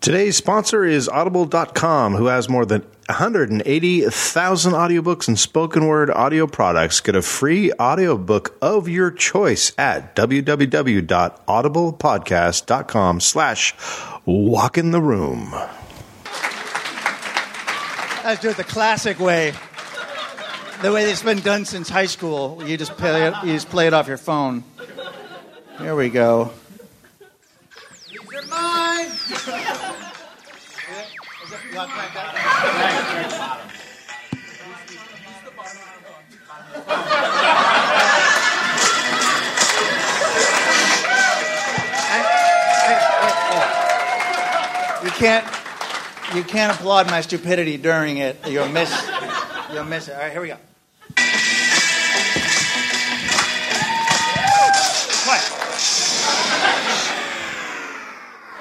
Today's sponsor is Audible.com, who has more than 180,000 audiobooks and spoken word audio products. Get a free audiobook of your choice at www.audiblepodcast.com slash walk in the room. Let's do it the classic way. The way it's been done since high school. You just play it, you just play it off your phone. Here we go. These are mine. You can't, you can't applaud my stupidity during it. You'll miss, you'll miss it. All right, here we go.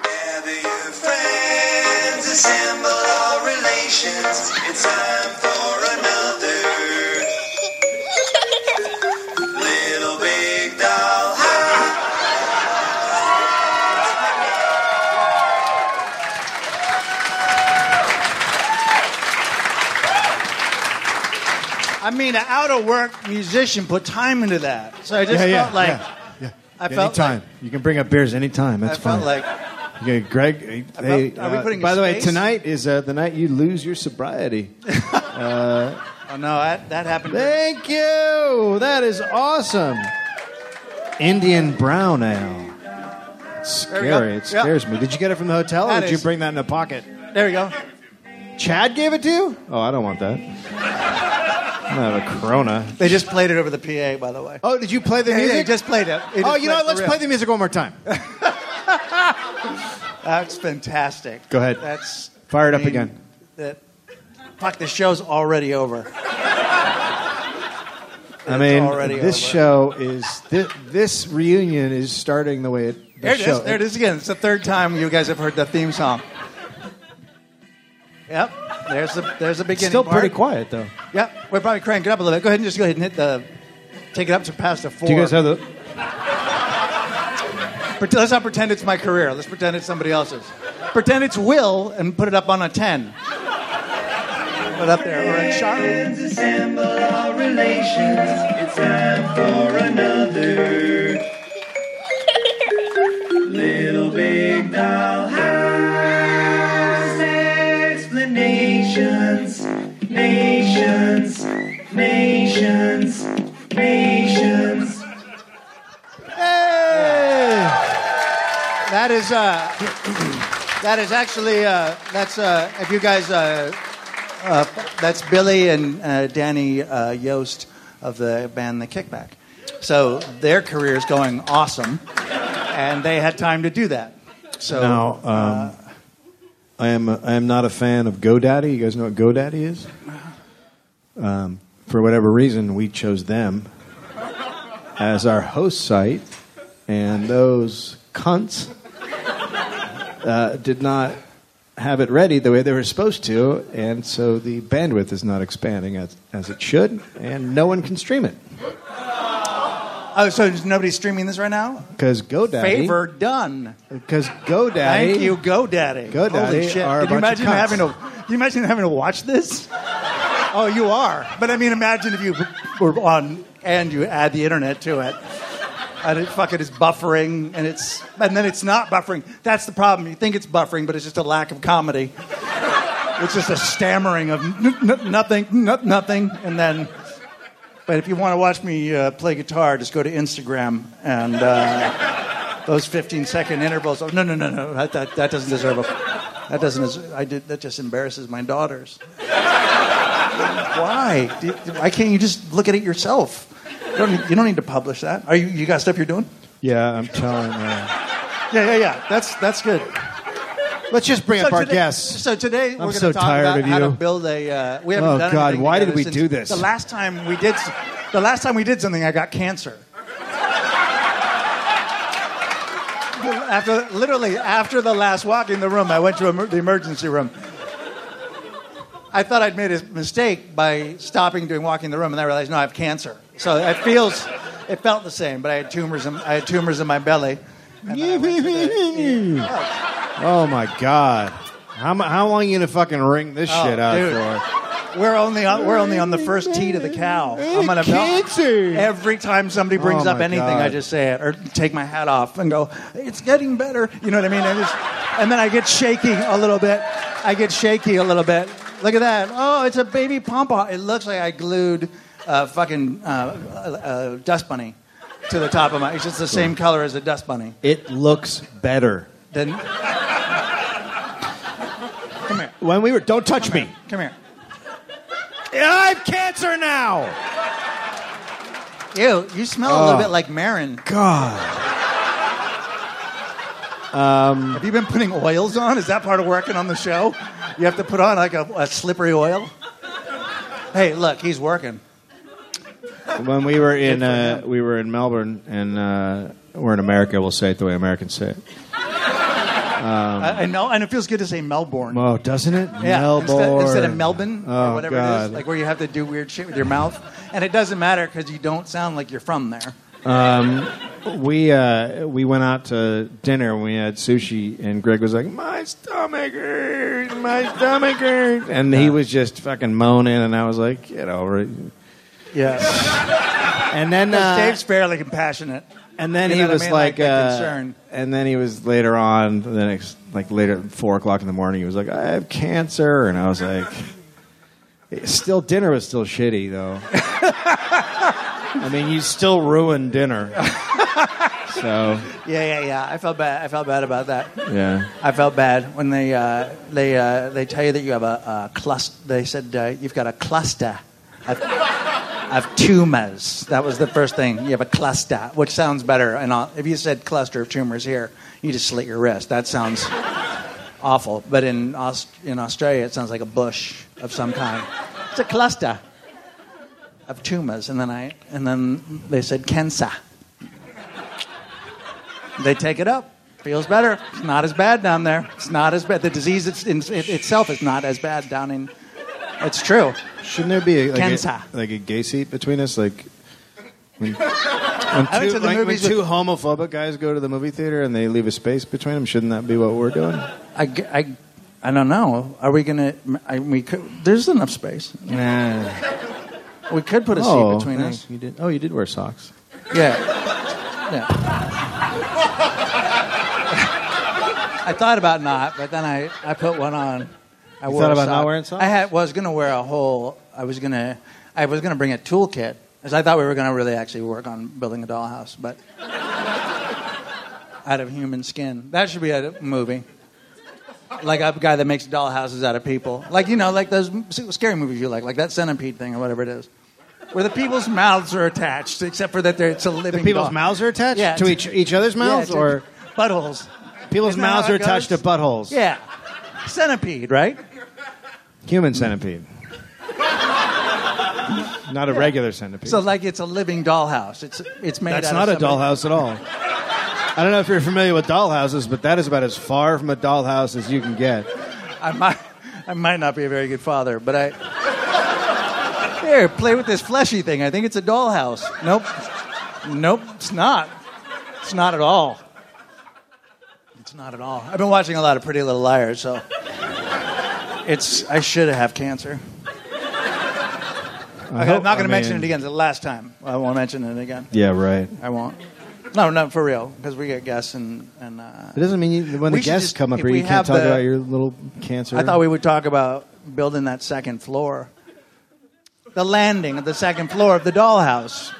Gather your friends, assemble all relations. It's time for another little big doll I mean, an out of work musician put time into that. So I just Yeah, yeah, felt like yeah, yeah. I felt anytime. you can bring up beers anytime. I That's fine. felt like Okay, Greg. Hey, felt- are we uh, putting a by the way, space? tonight is uh, the night you lose your sobriety. Oh no, that, that happened. Thank you. That is awesome. Indian brown ale. It's There we go. scary. It Yeah. scares me. Did you get it from the hotel, or That did you is- bring that in a pocket? There we go. Chad gave it to you? Oh, I don't want that. I don't have a Corona. They just played it over the PA, by the way. Oh, did you play the They- music? they just played it. They just oh, played you know it what? for Let's real. play the music one more time. That's fantastic. Go ahead. That's Fire it up I mean, again. That, fuck, the show's already over. I mean, already this over. show is this, this reunion is starting the way it. The There it show. is. There it is again. It's the third time you guys have heard the theme song. Yep. There's the there's the beginning. Still part. pretty quiet though. Yep. We're probably cranking it up a little bit. Go ahead and just go ahead and hit the. Take it up to past the four. Do you guys have the? Pret- Let's not pretend it's my career. Let's pretend it's somebody else's. Pretend it's Will and put it up on a 10. Put up there. Or a sharp. Friends assemble all relations. It's time for another little big dollhouse explanations. Nations, nations, nations. Hey! That is, uh, that is actually, uh, that's, uh, if you guys, uh, uh, that's Billy and uh, Danny uh, Yost of the band The Kickback. So their career is going awesome, and they had time to do that. So Now, um, I am I am not a fan of GoDaddy. You guys know what GoDaddy is? Um, for whatever reason, we chose them as our host site, and those cunts uh, did not have it ready the way they were supposed to, and so the bandwidth is not expanding as, as it should, and no one can stream it oh, so nobody's streaming this right now? because GoDaddy. Favor done. Because GoDaddy. Thank you, GoDaddy. GoDaddy Holy shit! are a Can you bunch imagine of cunts. having to? Can you imagine having to watch this? Oh, you are. But I mean, imagine if you were on and you add the internet to it. And it fuck it is buffering, and it's and then it's not buffering. That's the problem. You think it's buffering, but it's just a lack of comedy. It's just a stammering of n- n- nothing, n- nothing, and then. But if you want to watch me uh, play guitar, just go to Instagram and. Uh, those 15 second intervals. Oh, no, no, no, no. That, that, that doesn't deserve a. That doesn't. des- I did. That just embarrasses my daughters. Why? Do- Why can't you just look at it yourself? You don't need, you don't need to publish that. Are you? You got stuff you're doing? Yeah, I'm telling uh, you. Yeah, yeah, yeah. That's that's good. Let's just bring up our today, guests. So today we're going to so talk tired about of how you. to build a. Uh, we haven't Oh, done God, anything why did together we since- do this? The last time we did, the last time we did something, I got cancer. After literally after the last walk in the room, I went to emer- the emergency room. I thought I'd made a mistake by stopping doing walking the room, and then I realized no, I have cancer. So it feels, it felt E. the same, but I had tumors. In, I had tumors in my belly. And then I went to the- Oh my god. How, mu- how long you gonna fucking ring this Oh, shit out dude. for? We're only on, we're only on the first tee to the cow. I'm gonna melt. Cancer. Every time somebody brings Oh, up my anything, God. I just say it or take my hat off and go, "It's getting better." You know what I mean? I just, and then I get shaky a little bit. I get shaky a little bit. Look at that. Oh, it's a baby pom-pom. It looks like I glued a fucking uh, uh, dust bunny to the top of my. It's just the same color as a dust bunny. It looks better. Then come here. When we were, don't touch me. Come here. I have cancer now. Ew, you smell a little Oh. bit like Marin. God. Have you been putting oils on? Is that part of working on the show? You have to put on like a, a slippery oil? Hey, look, he's working. When we were in, uh, we were in Melbourne, and uh, we're in America. We'll say it the way Americans say it. I, I know, and it feels good to say Melbourne. Oh, doesn't it? yeah, Melbourne. Instead, instead of Melbourne Oh, or whatever God. it is, like where you have to do weird shit with your mouth. And it doesn't matter because you don't sound like you're from there. we uh, we went out to dinner and we had sushi and Greg was like my stomach hurts my stomach hurts and he was just fucking moaning and I was like get over it Yeah. and then uh, Dave's fairly compassionate. and then you he know what I was mean? like, Like, the uh, concern. and then he was later on the next like later four o'clock in the morning he was like I have cancer and I was like still dinner was still shitty though I mean you still ruined dinner so Yeah, yeah, yeah. I felt bad. I felt bad about that. yeah. I felt bad when they uh, they uh, they tell you that you have a, a cluster. They said uh, you've got a cluster of, of tumors. That was the first thing. You have a cluster, which sounds better. And all, if you said cluster of tumors here, you just slit your wrist. That sounds awful. But in Aus- in Australia, it sounds like a bush of some kind. It's a cluster of tumors, and then I and then they said cancer. They take it up. Feels better. It's not as bad down there. It's not as bad. The disease it's in, it, itself is not as bad down in. It's true. Shouldn't there be a, like, Kensa. a, like a gay seat between us? Like when, when I went two, to the like, when movies with- two homophobic guys go to the movie theater and they leave a space between them, shouldn't that be what we're doing? I, g- I, I don't know. Are we gonna? I, we could. There's enough space. Nah. We could put a Oh, seat between thanks. us. You did, oh, you did wear socks. Yeah. Yeah. I thought about not, but then I, I put one on. I You wore thought a about not sock. wearing socks? I had, was gonna wear a whole. I was gonna I was gonna bring a toolkit because I thought we were gonna really actually work on building a dollhouse, but out of human skin. That should be a movie. Like a guy that makes dollhouses out of people. Like you know, like those scary movies you like, like that centipede thing or whatever it is. Where the people's mouths are attached, except for that they're, it's a living. doll. are attached Yeah, to it's- each other's Yeah, it's- buttholes. people's Isn't that mouths how are it attached goes? to buttholes. Yeah, centipede, right? Human centipede. not a regular centipede. So like it's a living dollhouse. It's it's made. That's out not of a somebody- dollhouse at all. I don't know if you're familiar with dollhouses, but that is about as far from a dollhouse as you can get. I might I might not be a very good father, but I. Here, play with this fleshy thing. I think it's a dollhouse. Nope, nope, it's not. It's not at all. It's not at all. I've been watching a lot of Pretty Little Liars, so it's I should have cancer. Okay, I'm not going to mention it e- again. It's the last time I won't mention it again. Yeah, right. I won't. No, not for real, because we get guests and and. Uh, It doesn't mean you, when We the should guests just- come up if here, we you can't have talk the- about your little cancer. I thought we would talk about building that second floor, the landing of the second floor of the dollhouse.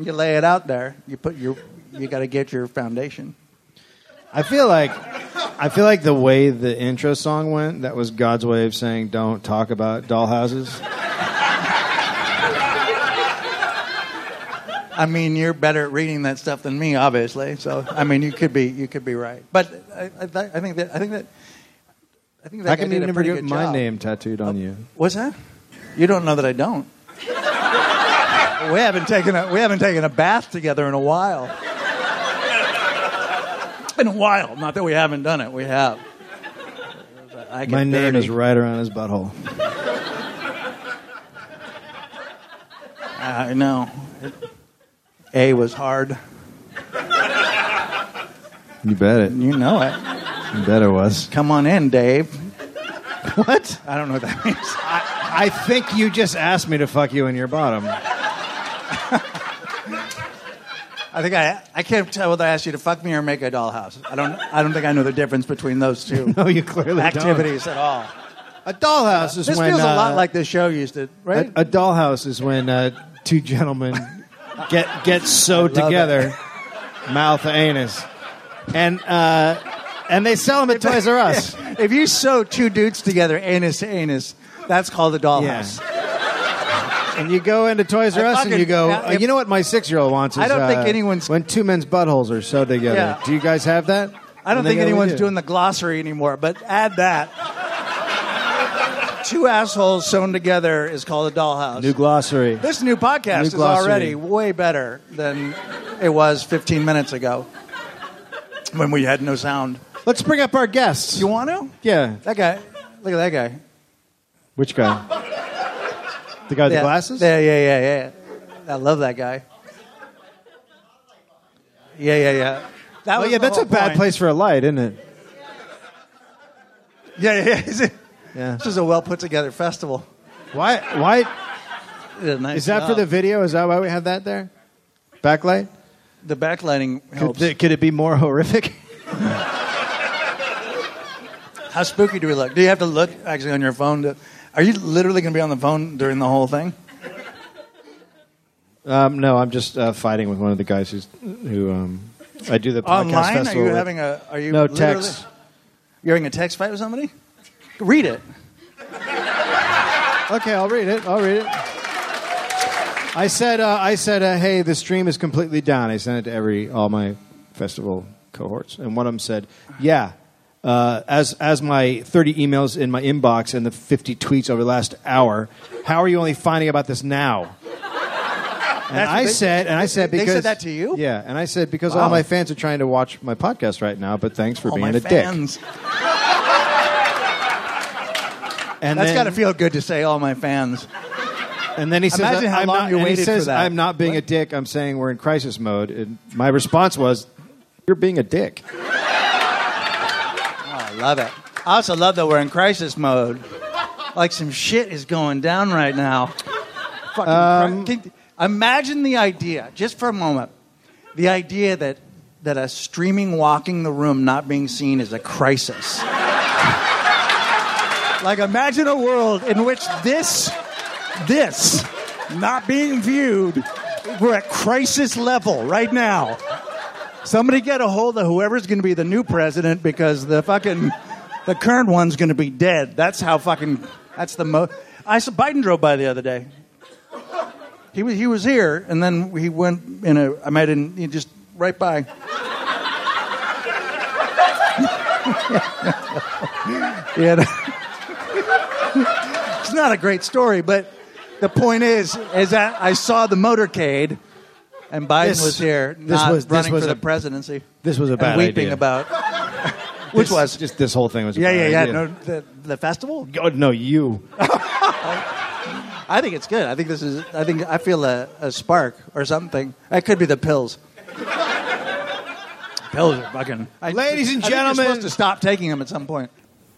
You lay it out there. You put your. You got to get your foundation. I feel like, I feel like the way the intro song went, that was God's way of saying, "Don't talk about dollhouses." I mean, you're better at reading that stuff than me, obviously. So I mean, you could be you could be right. But I, I, th- I think that I think that I think that How guy come did you a never pretty get good my job. Oh, name tattooed on you? What's that? You don't know that I don't. we haven't taken a we haven't taken a bath together in a while. In a while, not that we haven't done it. We have. I get My name dirty. is right around his butthole. I know. A was hard. You bet it. You know it. You bet it was. Come on in, Dave. What? I don't know what that means. I think you just asked me to fuck you in your bottom. I think I I can't tell whether I asked you to fuck me or make a dollhouse. I don't I don't think I know the difference between those two No, you clearly activities at all. don't. A dollhouse is This when feels a uh, lot like the show used to, right? a, a dollhouse is when uh, two gentlemen get get sewed I love together, mouth to anus, and uh, and they sell them at Toys R Us. if you sew two dudes together, anus to anus, that's called a dollhouse. And you go into Toys R I Us and fucking- you go, yeah, uh, if- you know what my six year old wants is I don't think uh, anyone's- When two men's buttholes are sewed together. Yeah. Do you guys have that? I don't And they think go, "We anyone's do." doing the glossary anymore, but add that. two assholes sewn together is called a dollhouse. New glossary. this new podcast New is glossary. already way better than it was 15 minutes ago when we had no sound. Let's bring up our guests. You want to? yeah. That guy. Look at that guy. Which guy? The guy with yeah. the glasses? Yeah, yeah, yeah, yeah. I love that guy. Yeah, yeah, yeah. That Oh, was yeah, the that's a whole bad point. place for a light, isn't it? Yeah, yeah. yeah. Yeah. this is a well put together festival. Why? Why They did a nice is that for job. the video? Is that why we have that there? Backlight? the backlighting Could, helps? th- could it be more horrific? How spooky do we look? Do you have to look actually on your phone? To, are you literally going to be on the phone during the whole thing? Um, no, I'm just uh, fighting with one of the guys who's who um, I do the podcast Online? Are festival you with. having a? Are you No literally- text. You're having a text fight with somebody? Read it. Okay, I'll read it. I'll read it. I said, uh, I said, uh, hey, the stream is completely down. I sent it to every all my festival cohorts, and one of them said, yeah. Uh, as as my 30 emails in my inbox and the 50 tweets over the last hour, how are you only finding about this now? And That's what I they- said, and I said they because said that to you? Yeah, and I said because Wow. all my fans are trying to watch my podcast right now. But thanks for All being my a dick. fans. And That's then- got to feel good to say, all my fans. And then he says, Imagine how I'm long not, you and he waited for says, that. I'm not being a dick. I'm saying we're in crisis mode. And my response was, You're being a dick. I love it. I also love that we're in crisis mode. Like some shit is going down right now. Fucking cri- can- imagine the idea, just for a moment, the idea that that a streaming walking the room not being seen is a crisis. like imagine a world in which this this not being viewed we're at crisis level right now. Somebody get a hold of whoever's going to be the new president because the fucking the current one's going to be dead. That's how fucking that's the most. I saw Biden drove by the other day. He was he was here and then he went in a I mean I didn't he just right by. yeah. it's not a great story, but the point is is that I saw the motorcade and Biden This- was here this not was- this running was for a- the presidency This was a and bad weeping idea. about which This- was Just this whole thing was a yeah bad yeah yeah idea. no the, the festival Oh, no, you. i think it's good i think this is i think i feel a, a spark or something that could be the pills pills are fucking I, Ladies and I think you're gentlemen. supposed to stop taking them at some point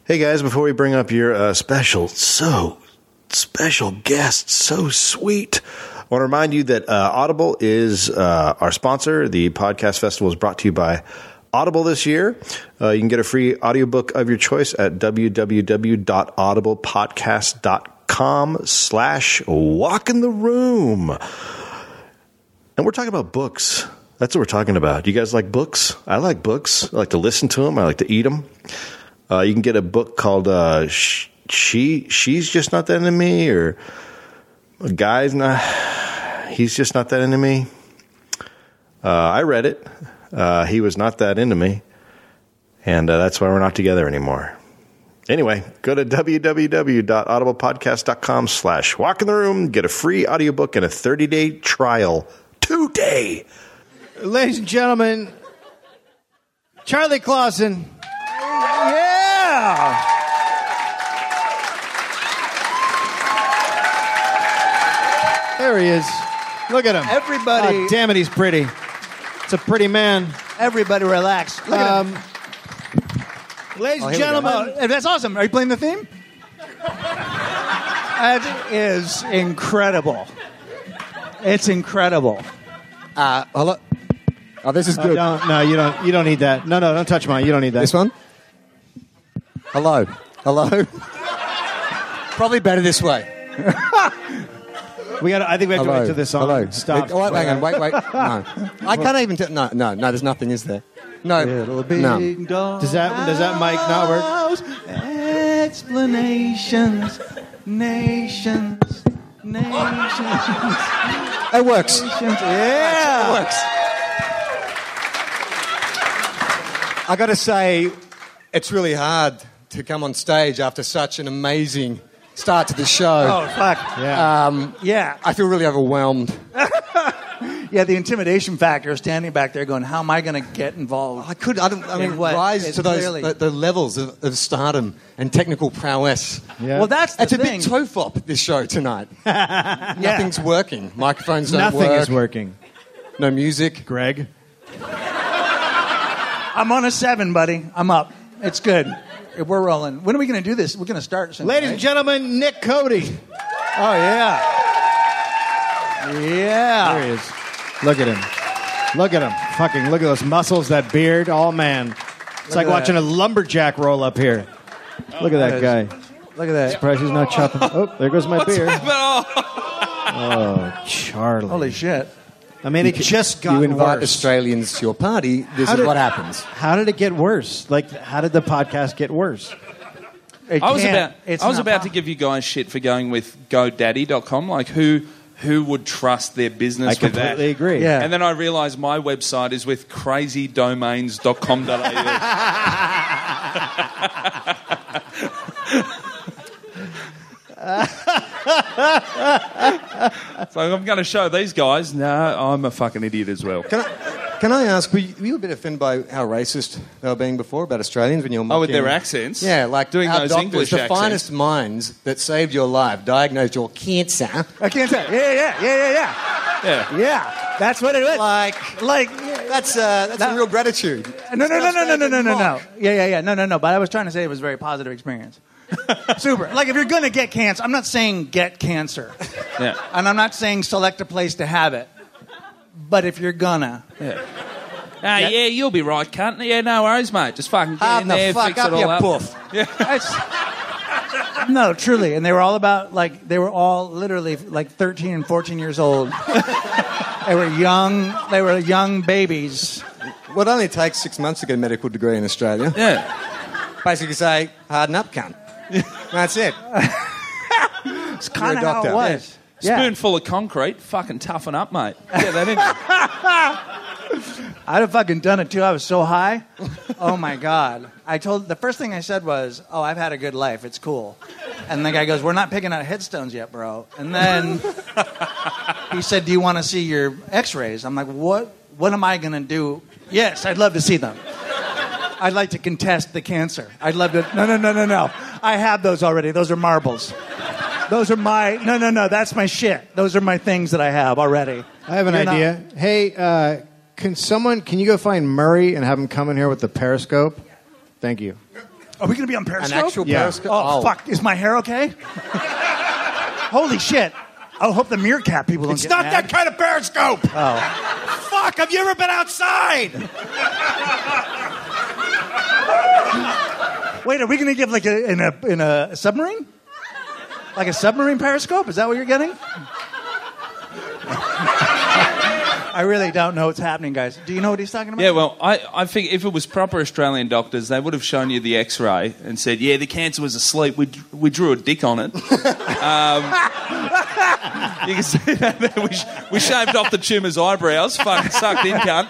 Hey guys, before we bring up your uh, special, so special guest, so sweet, I want to remind you that uh, Audible is uh, our sponsor. The podcast festival is brought to you by Audible this year. Uh, you can get a free audiobook of your choice at www.audiblepodcast.com slash walk in the room. And we're talking about books. That's what we're talking about. Do you guys like books? I like books. I like to listen to them. I like to eat them. Uh, you can get a book called uh, Sh- "She She's Just Not That Into Me" or "A Guy's Not He's Just Not That Into Me." Uh, I read it. Uh, he was not that into me, and uh, that's why we're not together anymore. Anyway, go to www.audiblepodcast.com slash walk in the room, get a free audiobook and a 30-day trial today. Ladies and gentlemen, Charlie Clausen. yeah There he is. Look at him. Everybody- God damn it, he's pretty. It's a pretty man. everybody relax Look at him. Um, Ladies Oh, and here we go. gentlemen, Oh, that's awesome. Are you playing the theme? that is incredible. It's incredible. Uh, hello. Oh, this is No, good. don't, no, you don't. You don't need that. No, no, don't touch mine. You don't need that. This one? Hello. Hello. Probably better this way. We got. I think we have to Hello. wait till this song Hello. stops. Oh, wait, hang on. Wait, wait. No. I can't even tell. No, no, no. There's nothing, is there? No. no. Does that- does that mic not work? work? Explanations, nations, nations, It works. nations. Yeah. It works. I got to say, it's really hard to come on stage after such an amazing start to the show. Oh fuck. Yeah. Yeah. I feel really overwhelmed. Yeah, the intimidation factor of standing back there going, how am I going to get involved? I could. I, don't, I In mean, what? rise It's to those clearly- the, the levels of, of stardom and technical prowess. Yeah. Well, that's the It's a thing. big toe fop this show tonight. Yeah. Nothing's working. Microphones don't Nothing work. is working. No music. Greg. I'm on a seven, buddy. I'm up. It's good. We're rolling. When are we going to do this? We're going to start soon. Ladies and right? gentlemen, Nick Cody. Oh, yeah. Yeah. There he is. Look at him. Look at him. Fucking look at those muscles, that beard. Oh man, it's like at watching a lumberjack roll up here. Look at Oh, that that guy. Look at that. Surprised he's not chopping. Oh, there goes my beard. Oh, Charlie. Holy shit. I mean, it just got You invite worse. Australians to your party. This How is did- what happens. How did it get worse? Like, how did the podcast get worse? It I was can't- about it's I was not about to possible. give you guys shit for going with GoDaddy.com. Like who who would trust their I business with that? completely agree. Yeah. And then I realised my website is with crazydomains.com.au. so I'm going to show these guys. Nah, I'm a fucking idiot as well. Can I, can I ask, were you, were you a bit offended by how racist they were being before about Australians when you were mocking... Oh, with their accents? Yeah, like Doing our those doctors, English the accents. finest minds that saved your life, diagnosed your cancer. I can't tell. Yeah, yeah, yeah, yeah, yeah. Yeah. Yeah. That's what it was. Like, Like, that's, uh, that's some real gratitude. no, no, no, no, no, no, no, no, no. Mark. Yeah, yeah, yeah. No, no, no. But I was trying to say it was a very positive experience. Super. Like, if you're going to get cancer, I'm not saying get cancer. Yeah. And I'm not saying select a place to have it. But if you're gonna, Ah, yeah. you'll be right, cunt. Yeah, no worries, mate. Just fucking get Harden in the there, fuck fix up, it all you up. poof. That's, no, truly. And they were all about, like, they were all literally like 13 and 14 years old. they were young, they were young babies. Well, it only takes six months to get a medical degree in Australia. Yeah. Basically say, harden up, cunt. That's it. It's kind of how doctor. it was. Yeah. Spoonful of concrete, fucking toughen up, mate. Yeah, that is. I'd have fucking done it too. I was so high. Oh my God. I told, the first thing I said was, oh, I've had a good life. It's cool. And the guy goes, we're not picking out headstones yet, bro. And then he said, do you want to see your x rays? I'm like, what, what am I going to do? Yes, I'd love to see them. I'd like to contest the cancer. I'd love to. No, no, no, no, no. I have those already. Those are marbles. Those are my. No, no, no. That's my shit. Those are my things that I have already. I have an You're not- idea. Hey, uh, can someone? Can you go find Murray and have him come in here with the periscope? Thank you. Are we going to be on An Periscope? actual Yeah. periscope. Oh, fuck! Is my hair okay? Holy shit! I hope the meerkat people don't get mad. kind of periscope. Oh, fuck! Have you ever been outside? Wait, are we going to give like a in a in a submarine? Like a submarine periscope? Is that what you're getting? I really don't know what's happening, guys. Do you know what he's talking about? Yeah, well, I, I think if it was proper Australian doctors, they would have shown you the x ray and said, yeah, the cancer was asleep. We, d- we drew a dick on it. um, you can see that there. We, sh- we shaved off the tumour's eyebrows, fucking sucked in, cunt.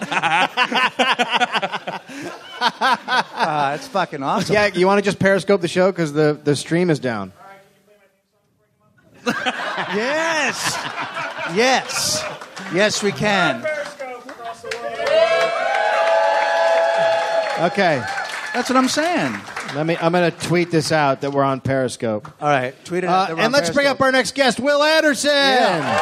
uh, it's fucking awesome. yeah, you want to just periscope the show because the the stream is down. Yes, yes, yes, we can. Okay, That's what I'm saying. let me. I'm gonna tweet this out that we're on Periscope. All right, tweet it. out Uh, that we're and on let's bring Periscope. up our next guest, Will Anderson. Yeah.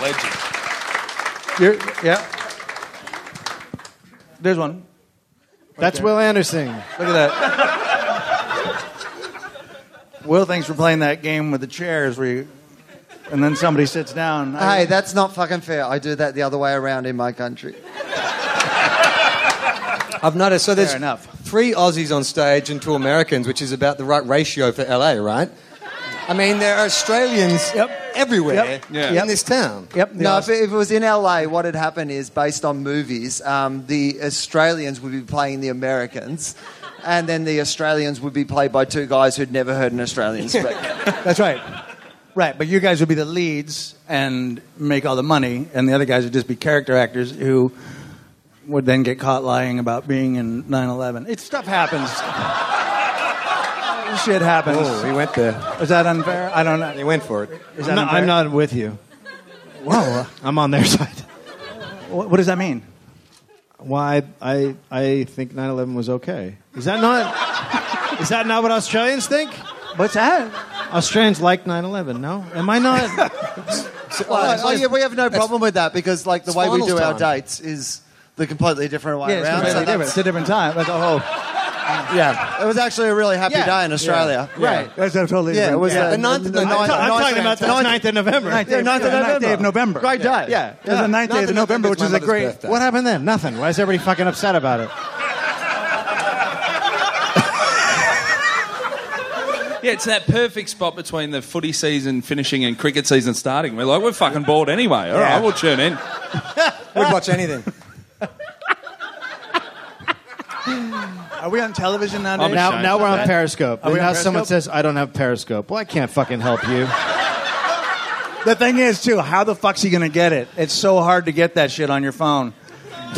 Legend. You're, yeah. There's one. That's Will Anderson. Look at that. Will thinks we're playing that game with the chairs where you, and then somebody sits down. I- Hey, that's not fucking fair. I do that the other way around in my country. I've noticed. So there's Fair enough. three Aussies on stage and two Americans, which is about the right ratio for LA, right? I mean, there are Australians Yep. everywhere Yep. Yeah. in Yep. this town. yep. the No, Aus- if it, if it was in LA, what had happened is based on movies, um, the Australians would be playing the Americans, and then the Australians would be played by two guys who'd never heard an Australian speak. That's right. Right, but you guys would be the leads and make all the money, and the other guys would just be character actors who would then get caught lying about being in 9 11. It Stuff happens. Shit happens. Oh, he went there. Is that unfair? I don't know. He went for it. Is that I'm not, unfair? I'm not with you. Whoa. I'm on their side. What, what does that mean? Why I, I think 9/11 was okay. Is that not? is that not what Australians think? What's that? Australians like 9/11. No, am I not? Well, oh, yeah, we have no problem with that because, like, the it's way we do finals our time. dates is the completely different way Yeah, it's around. so completely different. that's- It's a different time. That's a whole. yeah, it was actually a really happy Yeah. day in Australia. Yeah. uh, That's a totally Yeah, it different- was The the ninth, the the- ninth- I'm ninth talking round. about the Ninth- 9th of November. Ninth Yeah, day, ninth of yeah, ninth day of November. November. Great Yeah. day. Yeah, there's Yeah. a ninth day Ninth of of November, November which is is my a mother's great. birthday. What happened then? Nothing. Why is everybody fucking upset about it? Yeah, it's that perfect spot between the footy season finishing and cricket season starting. We're like, we're fucking bored anyway. All right, we'll tune in. We'd watch anything. Are we on television now? I'm Dave? ashamed. Now, now we're on That- Periscope. Are we And now on someone Periscope? says, "I don't have Periscope." Well, I can't fucking help you. The thing is, too, how the fuck's he gonna get it? It's so hard to get that shit on your phone.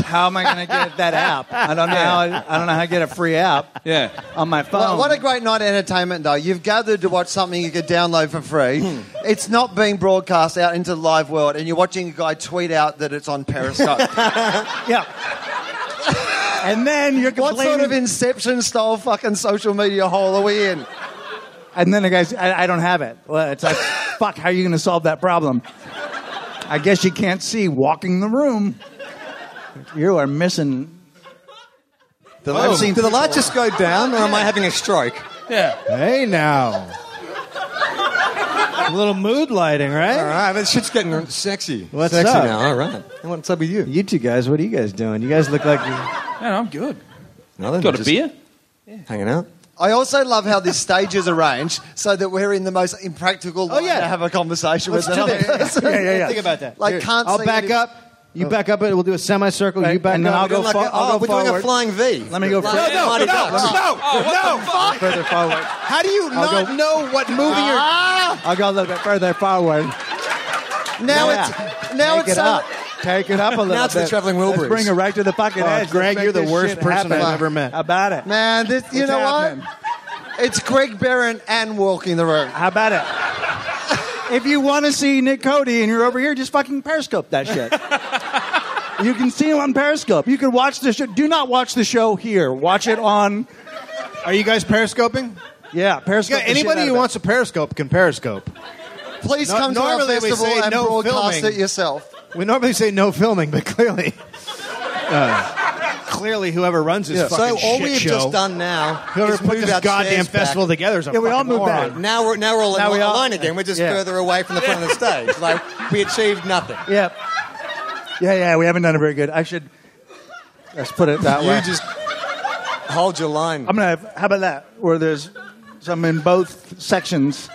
How am I gonna get that app? I don't know. How I, I don't know how to get a free app Yeah. on my phone. Well, uh, what a great night of entertainment, though. You've gathered to watch something you could download for Hmm. free. it's not being broadcast out into the live world, and you're watching a guy tweet out that it's on Periscope. yeah. And then you're what complaining. sort of inception style fucking social media hole are we in? and then the guy's, I, I don't have it. Well, it's like, fuck. How are you gonna solve that problem? I guess you can't see walking the room. You are missing. The I've Oh. light- seen do the light just go down, or am I having a stroke? Hey, now. A little mood lighting, right? All Uh-huh. right, but shit's getting sexy. What's sexy up? now? All right. And what's up with you? You two guys, what are you guys doing? You guys look like Man, I'm good. Nothing. Got a just beer? Hanging out. I also love how this stage is arranged so that we're in the most impractical line yeah. to have a conversation Let's with do another that. person. Yeah, yeah, yeah. Think about that. Like, Here, can't I'll see back any- up. You back up. It. We'll do a semicircle. Right, You back and then up. I'll go Like fo- a- I'll oh, go we're doing a forward. flying V. Let me go Like forward. the Mighty Ducks. Oh, what the fuck? further forward. How do you not know what movie I'll go a little bit further forward. Now Yeah. it's now Take it's it uh, up. Take it up a little Now it's the bit. Traveling Wilburys. Let's bring it right to the fucking Oh, edge. Let's Greg, make you're the this worst shit person happen. I've ever met. How about it? Man, this, you It's know happening. what? It's Greg Barron and walking the room. How about it? If you want to see Nick Cody and you're over here, just fucking Periscope that shit. you can see him on Periscope. You can watch the show. Do not watch the show here. Watch it on, Are you guys periscoping? yeah, Periscope. Yeah, the shit out anybody of who it. wants to periscope can periscope. Please No- come to our normally we festival say and no broadcast filming. it yourself. We normally say no filming, but clearly, uh, clearly, whoever runs this So fucking all shit we've show, just done now whoever is put move this our goddamn chairs festival back. together is a Yeah, we all fucking moved moron. back. Now we're now we're all in Now we one are- line again. We're just Yeah. further away from the front of the stage. Like we achieved nothing. Yep. Yeah, yeah, we haven't done it very good. I should, let's put it that way. You just hold your line. Um, I'm gonna. Have, how about that? Where there's, so I'm in both sections.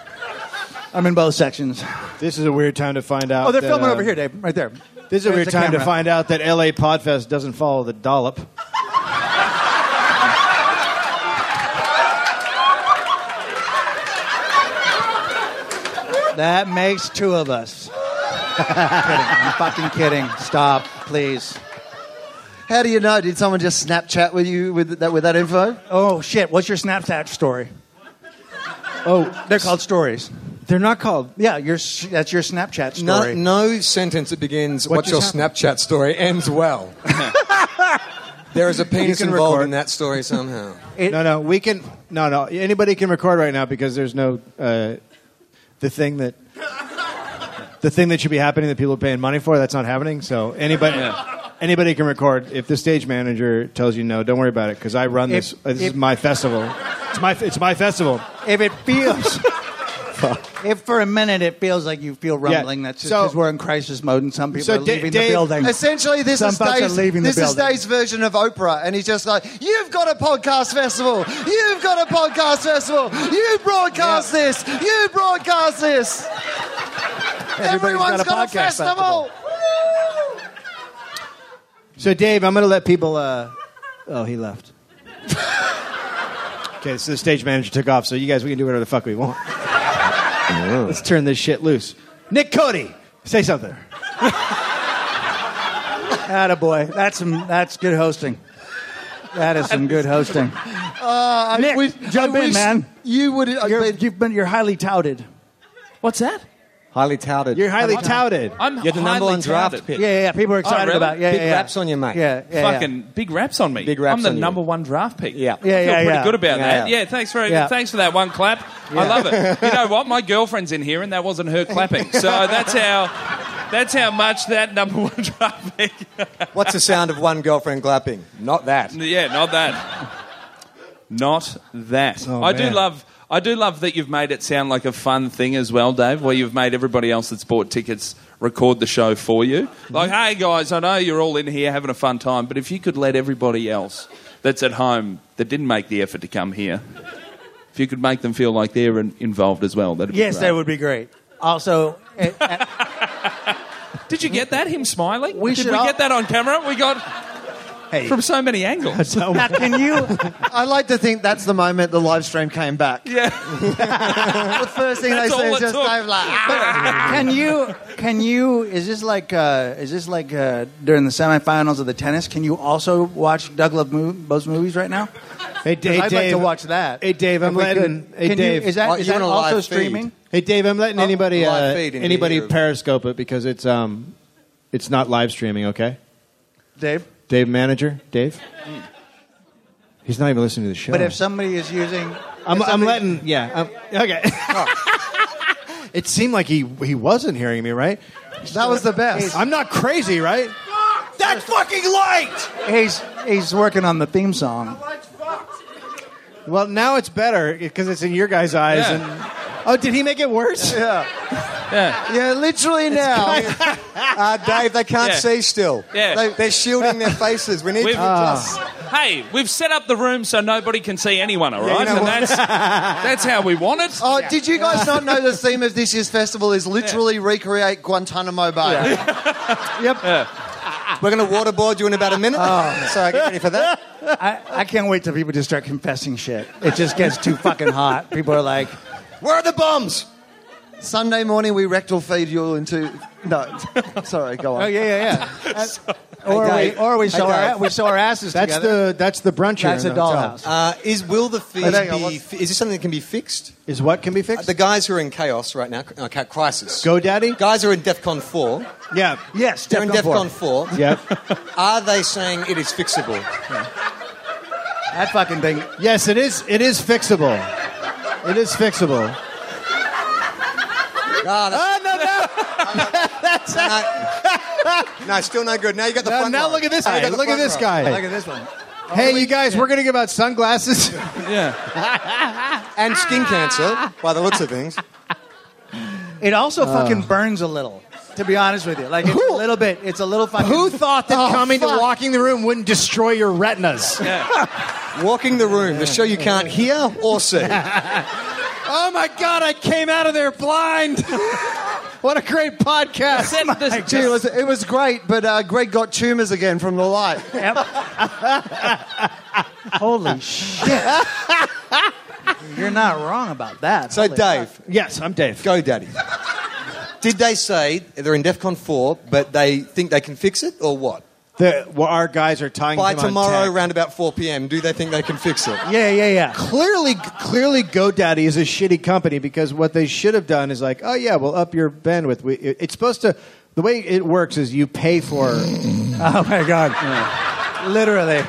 I'm in both sections. This is a weird time to find out. Oh, they're that, filming uh, over here, Dave. Right there. This is a There's weird the time to camera. find out that LA Podfest doesn't follow the dollop. That makes two of us. I'm kidding. I'm fucking kidding. Stop, please. How do you know? Did someone just Snapchat with you with that with that info? Oh shit! What's your Snapchat story? Oh, They're called stories. they're not called. Yeah, your s- that's your Snapchat no, story. no sentence that begins What "What's your just Snapchat story?" ends well. there is a penis can involved record. in that story somehow. It- No, no, we can. No, no, anybody can record right now because there's no uh, the thing that the thing that should be happening that people are paying money for. That's not happening. So anybody, Anybody can record. If the stage manager tells you no, don't worry about it because I run this. If- uh, this if- is my festival. It's my it's my festival. If it feels, if for a minute it feels like you feel rumbling, that's just So- because we're in crisis mode and some people So are Da- leaving Dave- the building. Essentially, this some is folks Dave's, are leaving this the is building. Dave's version of Oprah, and he's just like, "You've got a podcast festival. You've got a podcast festival. You broadcast this. You broadcast this. Everyone's got, a, podcast festival. So Dave, I'm going to let people. Uh... Oh, he left. okay, so the stage manager took off. So you guys, we can do whatever the fuck we want. Let's turn this shit loose. Nick Cody, say something. Attaboy. That's some, that's good hosting. That is some good hosting. Nick, wish- jump I in, wish man. You would. uh, have You're, been- you've been you're highly touted. What's that? Highly touted. You're highly touted. I'm You're the number highly one draft touted. pick. Yeah, yeah, yeah. People are excited really? about. it. Yeah, Big yeah, yeah. raps on you, mate. Yeah, yeah, yeah. Fucking big raps on me. Big raps I'm the on you. number one draft pick. Yeah. Yeah, I feel yeah, pretty yeah. good about Yeah, that. yeah. Yeah, thanks very Yeah. Thanks for that one clap. I love it. You know what? My girlfriend's in here, and that wasn't her clapping. So that's how. That's how much that number one draft pick. What's the sound of one girlfriend clapping? Not that. yeah, not that. Not that. Oh, I do man. love. I do love that you've made it sound like a fun thing as well, Dave. Where you've made everybody else that's bought tickets record the show for you. Like, hey guys, I know you're all in here having a fun time, but if you could let everybody else that's at home that didn't make the effort to come here, if you could make them feel like they're in- involved as well, that'd be Yes, great. that would be great. Also, eh, eh, Did you get that? Him smiling? We Did should we all- get that on camera? We got from so many angles. now can you? I like to think that's the moment the live stream came back. yeah. The first thing they That's all said is it just took. Dave like, "Ah." Can you? Can you? Is this like? Uh, is this like uh, during the semifinals of the tennis? Can you also watch Doug Love's movies right now? Hey, Dave. I'd like to watch that. Hey, Dave, I'm If we letting. could. Hey, Can you- Dave. is that, uh, Oh, is you're that on a live also feed. streaming? Hey Dave, I'm letting anybody uh, live feed in anybody here. Periscope it because it's um, it's not live streaming. Okay, Dave. Dave, manager, Dave. Hmm. He's not even listening to the show. But if somebody is using, I'm, if I'm somebody- letting, yeah, I'm, okay. Oh. it seemed like he he wasn't hearing me, right? That was the best. I'm not crazy, right? That fucking light. he's he's working on the theme song. Well, now it's better because it's in your guys' eyes. And oh, did he make it worse? Yeah, literally now. Uh, Dave, they can't Yeah. see still. Yeah. They, they're shielding their faces. We need We've- Ah. to adjust. Hey, we've set up the room so nobody can see anyone, all right? you know and what? that's, that's how we want it. Oh, did you guys not know the theme of this year's festival is literally recreate Guantanamo Bay? We're going to waterboard you in about a minute. So get ready for that. I, I can't wait till people just start confessing shit. It just gets too fucking hot. People are like, Where are the bombs? Sunday morning we rectal feed you all into. No, sorry, go on. oh yeah, yeah, yeah. or we or we show our we show our asses That's together. the that's the brunch here. That's in a the hotel. dollhouse. Uh, is will the fees Hang on, be? what's- Is this something that can be fixed? Is what can be Uh, fixed? The guys who are in chaos right now, uh, ca- crisis. GoDaddy. Guys are in DEFCON four. Yeah. yes, They're in Defcon four. DEFCON four. Yep. Are they saying it is fixable? That fucking thing. Yes, it is. It is fixable. It is fixable. Ah, that's- no, no. still no good. Now you got the Now- front now row. look at this Now you guy. got the Look at front this row. guy. Look at this one. Hey, you guys, we're going to give out sunglasses. yeah. And Ah. skin cancer, by the looks of things. It also fucking burns a little. To be honest with you, like it's a little bit. It's a little fucking. Who thought that Oh, coming fuck. to walking the room wouldn't destroy your retinas? Walking the room to show you can't hear or see. oh my God, I came out of there blind. what a great podcast. Set this- Gee, it, was, it was great, but uh, Greg got tumours again from the light. Yep. Holy shit! You're not wrong about that. So, Holy Dave, Yes, I'm Dave. go daddy. Did they say they're in DEFCON 4, but they think they can fix it, or what? The, well, our guys are tying By him on tomorrow, tech. around about 4 p.m., do they think they can fix it? fuck. Yeah, yeah, yeah. Clearly, clearly, GoDaddy is a shitty company because what they should have done is like, oh yeah, we'll up your bandwidth. We, it- it's supposed to. The way it works is you pay for. Oh my god. Literally.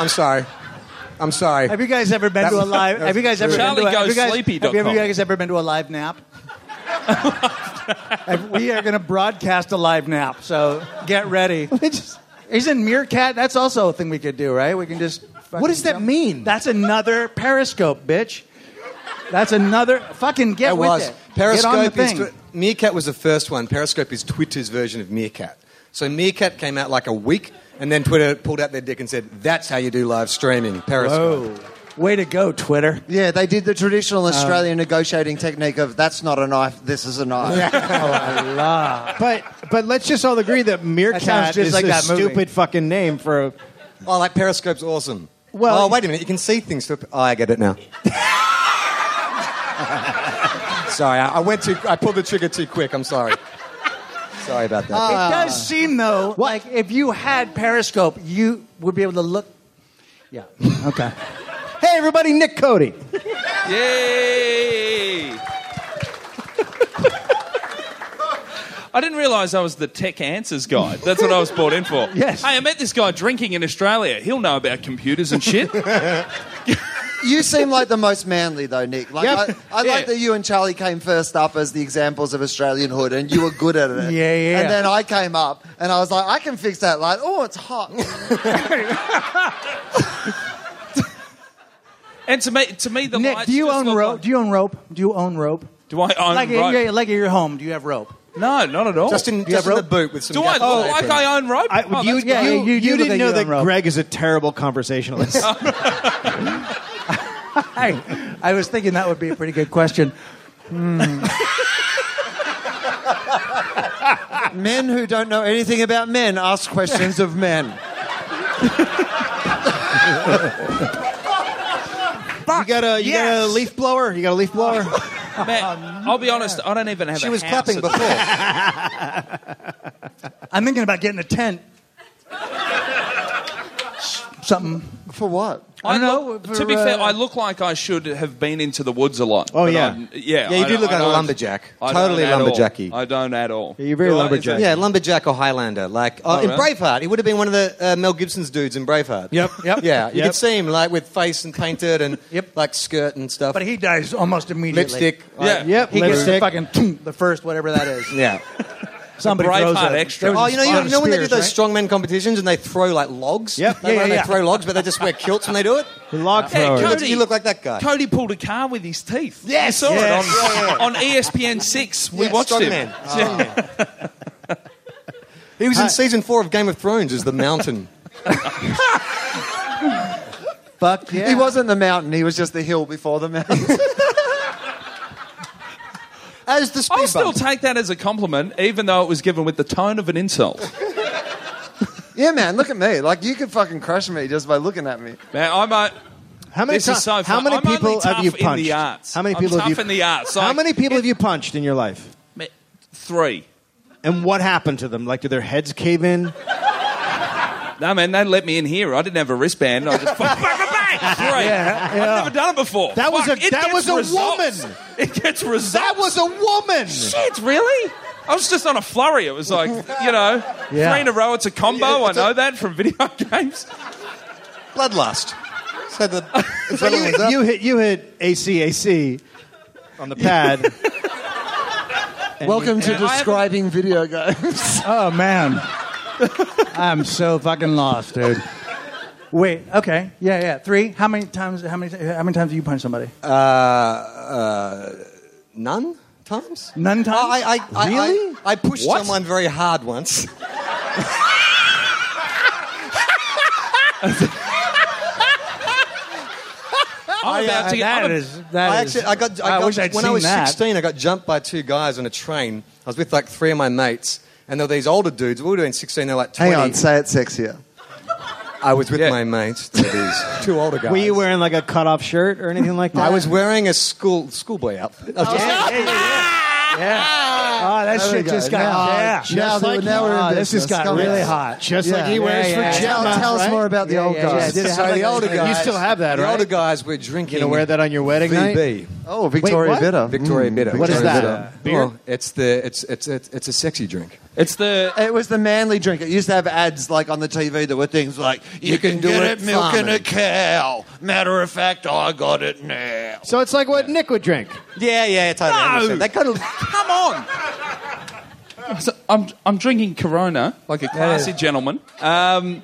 I'm sorry. I'm sorry. Have you guys ever been That to a was- live? Have you guys ever Charlie been to a, have goes you guys, sleepy dot Have you ever- com. you guys ever been to a live nap? And we are going to broadcast a live nap, so get ready. He's in Meerkat. That's also a thing we could do, right? We can just. What does that mean? That's another Periscope, bitch. That's another fucking get That with was it. Periscope get on the is thing. Twi- Meerkat was the first one. Periscope is Twitter's version of Meerkat. So Meerkat came out like a week, and then Twitter pulled out their dick and said, "That's how you do live streaming." Periscope. Whoa. Way to go, Twitter. Yeah, they did the traditional Uh. Australian negotiating technique of that's not a knife, this is a knife. But but let's just all agree that Meerkat sounds just is like a that movie. stupid fucking name for. A, Oh, like Periscope's awesome. Well- oh, wait a minute. You can see things. Through... Oh, I get it now. sorry, I, I went too. I pulled the trigger too quick. I'm sorry. sorry about that. it does seem though like if you had Periscope, you would be able to look. Yeah. Okay. hey everybody, Nick Cody. Yay! I didn't realise I was the tech answers guy. That's what I was brought in for. Yes. Hey, I met this guy drinking in Australia. He'll know about computers and shit. You seem like the most manly, though, Nick. Like, Yep. I, I Yeah. like that you and Charlie came first up as the examples of Australian hood, and you were good at it. Yeah, yeah. And then I came up, and I was like, I can fix that. Like, oh, it's hot. and to me, to me, the Nick, lights do you just own look rope? like- Do you own rope? Do you own rope? do I own like, rope? In, yeah, like at your home, do you have rope? No, not at all. just in, Oh, you have just in the rope? boot with some. do I look gaffer tape like in. I own rope? I, Oh, you, that's- yeah, you, you- you you look didn't like know you that don't rope. Greg is a terrible conversationalist. Hey, I was thinking that would be a pretty good question. men who don't know anything about men ask questions of men. you got a you got a Yes. leaf blower? You got a leaf blower? man, I'll be honest. I don't even have. She a was house clapping at- before. I'm thinking about getting a tent. Something. For what? I I don't know. look- for, to be fair, uh, I look like I should have been into the woods a lot. Oh, but yeah. I'm- yeah. Yeah, you I do don't- look I like a don't- lumberjack. I don't Totally at all. lumberjacky. I don't at all. Yeah, you're very Do I- is lumberjack. that- Yeah, lumberjack or Highlander. Like oh, Oh, in really? Braveheart, he would have been one of the uh, Mel Gibson's dudes in Braveheart. Yep, yep, Yeah, you yep. could see him like with face and painted and Yep. like skirt and stuff. But he dies almost immediately. lipstick. Yeah. Yep, He gets the lipstick. fucking thunk, the first, whatever that is. Yeah. Somebody Braveheart throws a, extra. there was Oh, a you know, you spot know when they do of those spears, strongman competitions and they throw like logs. Yep. They, Yeah, yeah, they yeah. throw logs, but they just wear kilts when they do it. Log Yeah, thrower. Cody, You look like that guy. Cody pulled a car with his teeth. Uh, Yes. you saw Yes. it on, E on ESPN six. We Yeah, watched him. strongman. Strongman. he was in season four of Game of Thrones as the Mountain. Fuck yeah. He wasn't the mountain, he was just the hill before the mountain. As the speed I'll still bump. take that as a compliment, even though it was given with the tone of an insult. yeah, man, look at me. Like, you could fucking crush me just by looking at me. Man, I'm a, How many, This is ti- so how fun. many I'm only people have tough you in punched? the arts. How many I'm people have tough you in the arts. How Like, many people have you punched in your life? three. And what happened to them? Like, did their heads cave in? No man, they let me in here. I didn't have a wristband. I just bang, bang, bang, three. I've never done it before. That was Fuck, a- it that gets was a results. woman. It gets results. That was a woman. shit. Really? I was just on a flurry. It was like you know, Yeah. three in a row. It's a combo. Yeah, I it's a- know that from video games. Bloodlust. So the, it's But you, you hit you hit ACAC on the pad. Welcome to I haven't- describing video games. Oh man, I'm so fucking lost, dude. Wait. Okay. Yeah. Yeah. Three. How many times? How many? How many times do you punch somebody? Uh, None times? None times? I, I, I, Really? I, I pushed What? someone very hard once. I'm about to get. I'm a- that I is- actually, I got, I got wish I'd when I seen was that. 16, I got jumped by two guys on a train. I was with like three of my mates, and there were these older dudes. We were doing 16, they were like 20. Hang on, say it sexier. I was with Yeah. my mates. There were These two older guys. Were you wearing like a cutoff shirt or anything like that? I was wearing a school schoolboy outfit. Oh, I was just- Yeah, yeah, yeah, yeah. Oh, that There we shit go. just got Now- yeah. now that we're- now we're in Ah, this business. just got Come really on. hot. just like he Yeah, wears yeah, yeah. for Gemma. Tell, tell us right? more about the Yeah, old yeah, guys. yeah. Did it have so like the a- older you guys. still have that, The right? older guys were drinking. You gonna wear that on your wedding night? VB. Oh, Victoria what? Mm. Bitter. Victoria Bitter. What is Victoria that? Bitter. Uh, beer? Oh, it's the it's it's it's, it's a sexy drink. it's the It was the manly drink. It used to have ads like on the TV that were things like "You, can, do get it, milking a farming." cow." Matter of fact, I got it now. So it's like what Nick would drink. Yeah, yeah, totally. understand. They That kind of come on. I'm, I'm drinking Corona like a classy gentleman. Um,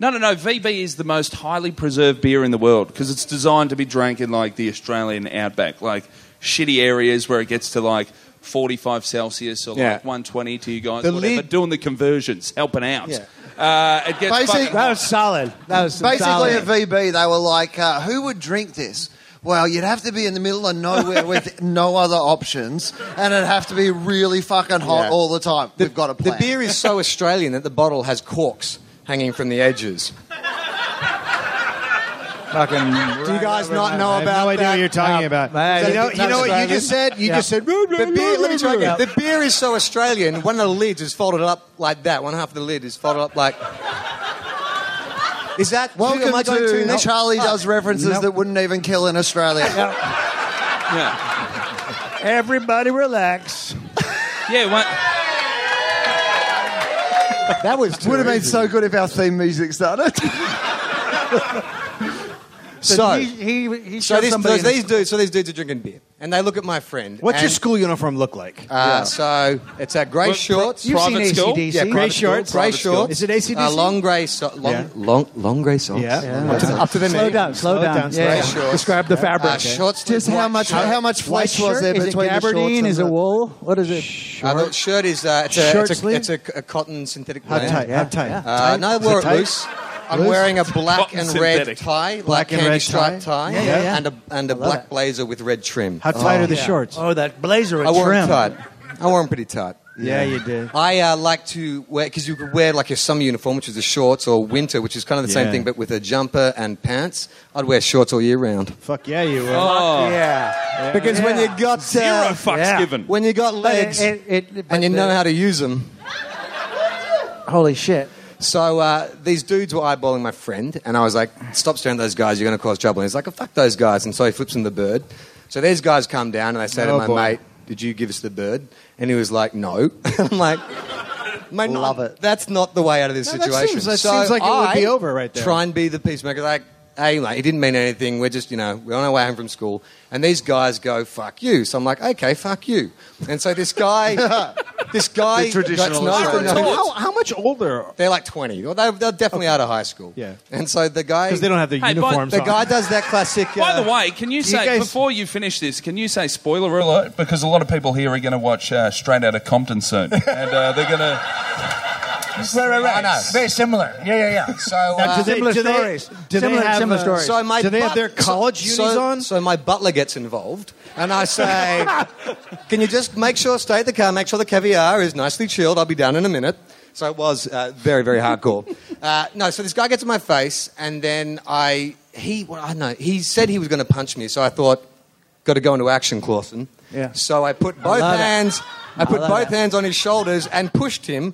no, no, no. VB is the most highly preserved beer in the world because it's designed to be drank in like the Australian outback, like shitty areas where it gets to like 45 Celsius or Yeah. like 120 to you guys, The whatever. lead- Doing the conversions, helping out. Yeah. Uh, it gets Basic- fucking- That was solid. That was some Basically, solid. at VB, they were like, uh, who would drink this? Well, you'd have to be in the middle of nowhere with no other options, and it'd have to be really fucking hot Yeah. all the time. We've got a The plan. beer is so Australian that the bottle has corks hanging from the edges. Do you guys not know about? no idea what you're talking Uh, about. man, you know, it's you know what you Australian. just said. You Yeah. just said. The beer, let me try again. The beer is so Australian. One of the lids is folded up like that. One half of the lid is folded up like. Is that? Welcome am I going to, too next? Charlie does references Nope. that wouldn't even kill in Australia. yeah. Everybody relax. yeah one- Oh, That was Would have been so good if our theme music started. so. he, he, he So showed these, somebody in- those- these dudes, so these dudes are drinking beer, and they look at my friend. What's your and, school uniform look like? Uh, So it's a grey Well, shorts, you've seen private school, AC/DC. yeah, Grey private school, shorts, grey private school. shorts. Is it AC/DC? Uh, long grey, so- long, Yeah. long, long grey socks. Yeah. Up to- up to the Slow knee. down. Slow, Slow down. down, slow Yeah. down. Shorts. Describe the fabric. Uh, shorts. Just with how white much shirt. how much White flesh was shirt? there Is it between the shorts gabardine? and Is the... it wool? What is it? Uh, the shirt is uh, it's, a, Short it's, a, sleeve? it's a, a cotton synthetic. How blend. tight? How tight? Uh, no, I wore it tight? loose. I'm Loose? wearing a black Cotton and red synthetic. tie, black Black and candy red stripe tie? tie, Yeah, yeah, yeah. and a and a black blazer with red trim. How tight are the shorts? Oh, that blazer with I wore trim. them tight. I wore them pretty tight. Yeah, you did. I uh, like to wear because you could wear like your summer uniform, which is the shorts, or winter, which is kind of the Yeah. same thing, but with a jumper and pants. I'd wear shorts all year round Fuck yeah, you were. oh, Yeah. because when you got zero uh, fucks yeah. given. when you got But it- legs it- it- but and you the- know how to use them. Holy shit. So uh, these dudes were eyeballing my friend, and I was like, "Stop staring at those guys! You're going to cause trouble." And he's like, oh, "Fuck those guys!" And so he flips him the bird. So these guys come down, and they say Oh, to my boy. mate, "Did you give us the bird?" And he was like, "No." I'm like, "Mate, no, Love it. That's not the way out of this No, that situation." seems- that so seems like it would be I over right there. Try and be the peacemaker. Like, hey, mate, he didn't mean anything. We're just, you know, we're on our way home from school, and these guys go, "Fuck you." So I'm like, "Okay, fuck you." And so this guy. This guy, The traditional got- no, Australian. no, no. How, how much older? They're like 20. Well, they're, they're definitely out of high school. Yeah. And so the guy. Because they don't have their Hey, but uniforms. The on. guy does that classic. Uh, By the way, can you say guys- before you finish this? Can you say spoiler alert? Because a lot of people here are going to watch uh, Straight Outta Compton soon, and uh, they're going to. Right, right, right. I know. Very similar. Yeah, yeah, yeah. So, uh, Now, do Similar do stories. do Similar- they have, similar uh, stories. So my do they have but- their college so, unis so, on? So my butler gets involved, and I say, "Can you just make sure stay at the car? Make sure the caviar is nicely chilled. I'll be down in a minute." So it was uh, very, very hardcore. uh, no, so this guy gets in my face, and then I he well, I don't know he said he was going to punch me, so I thought, "Got to go into action, Clausen." Yeah. So I put both love it. hands, I put love both it. hands on his shoulders and pushed him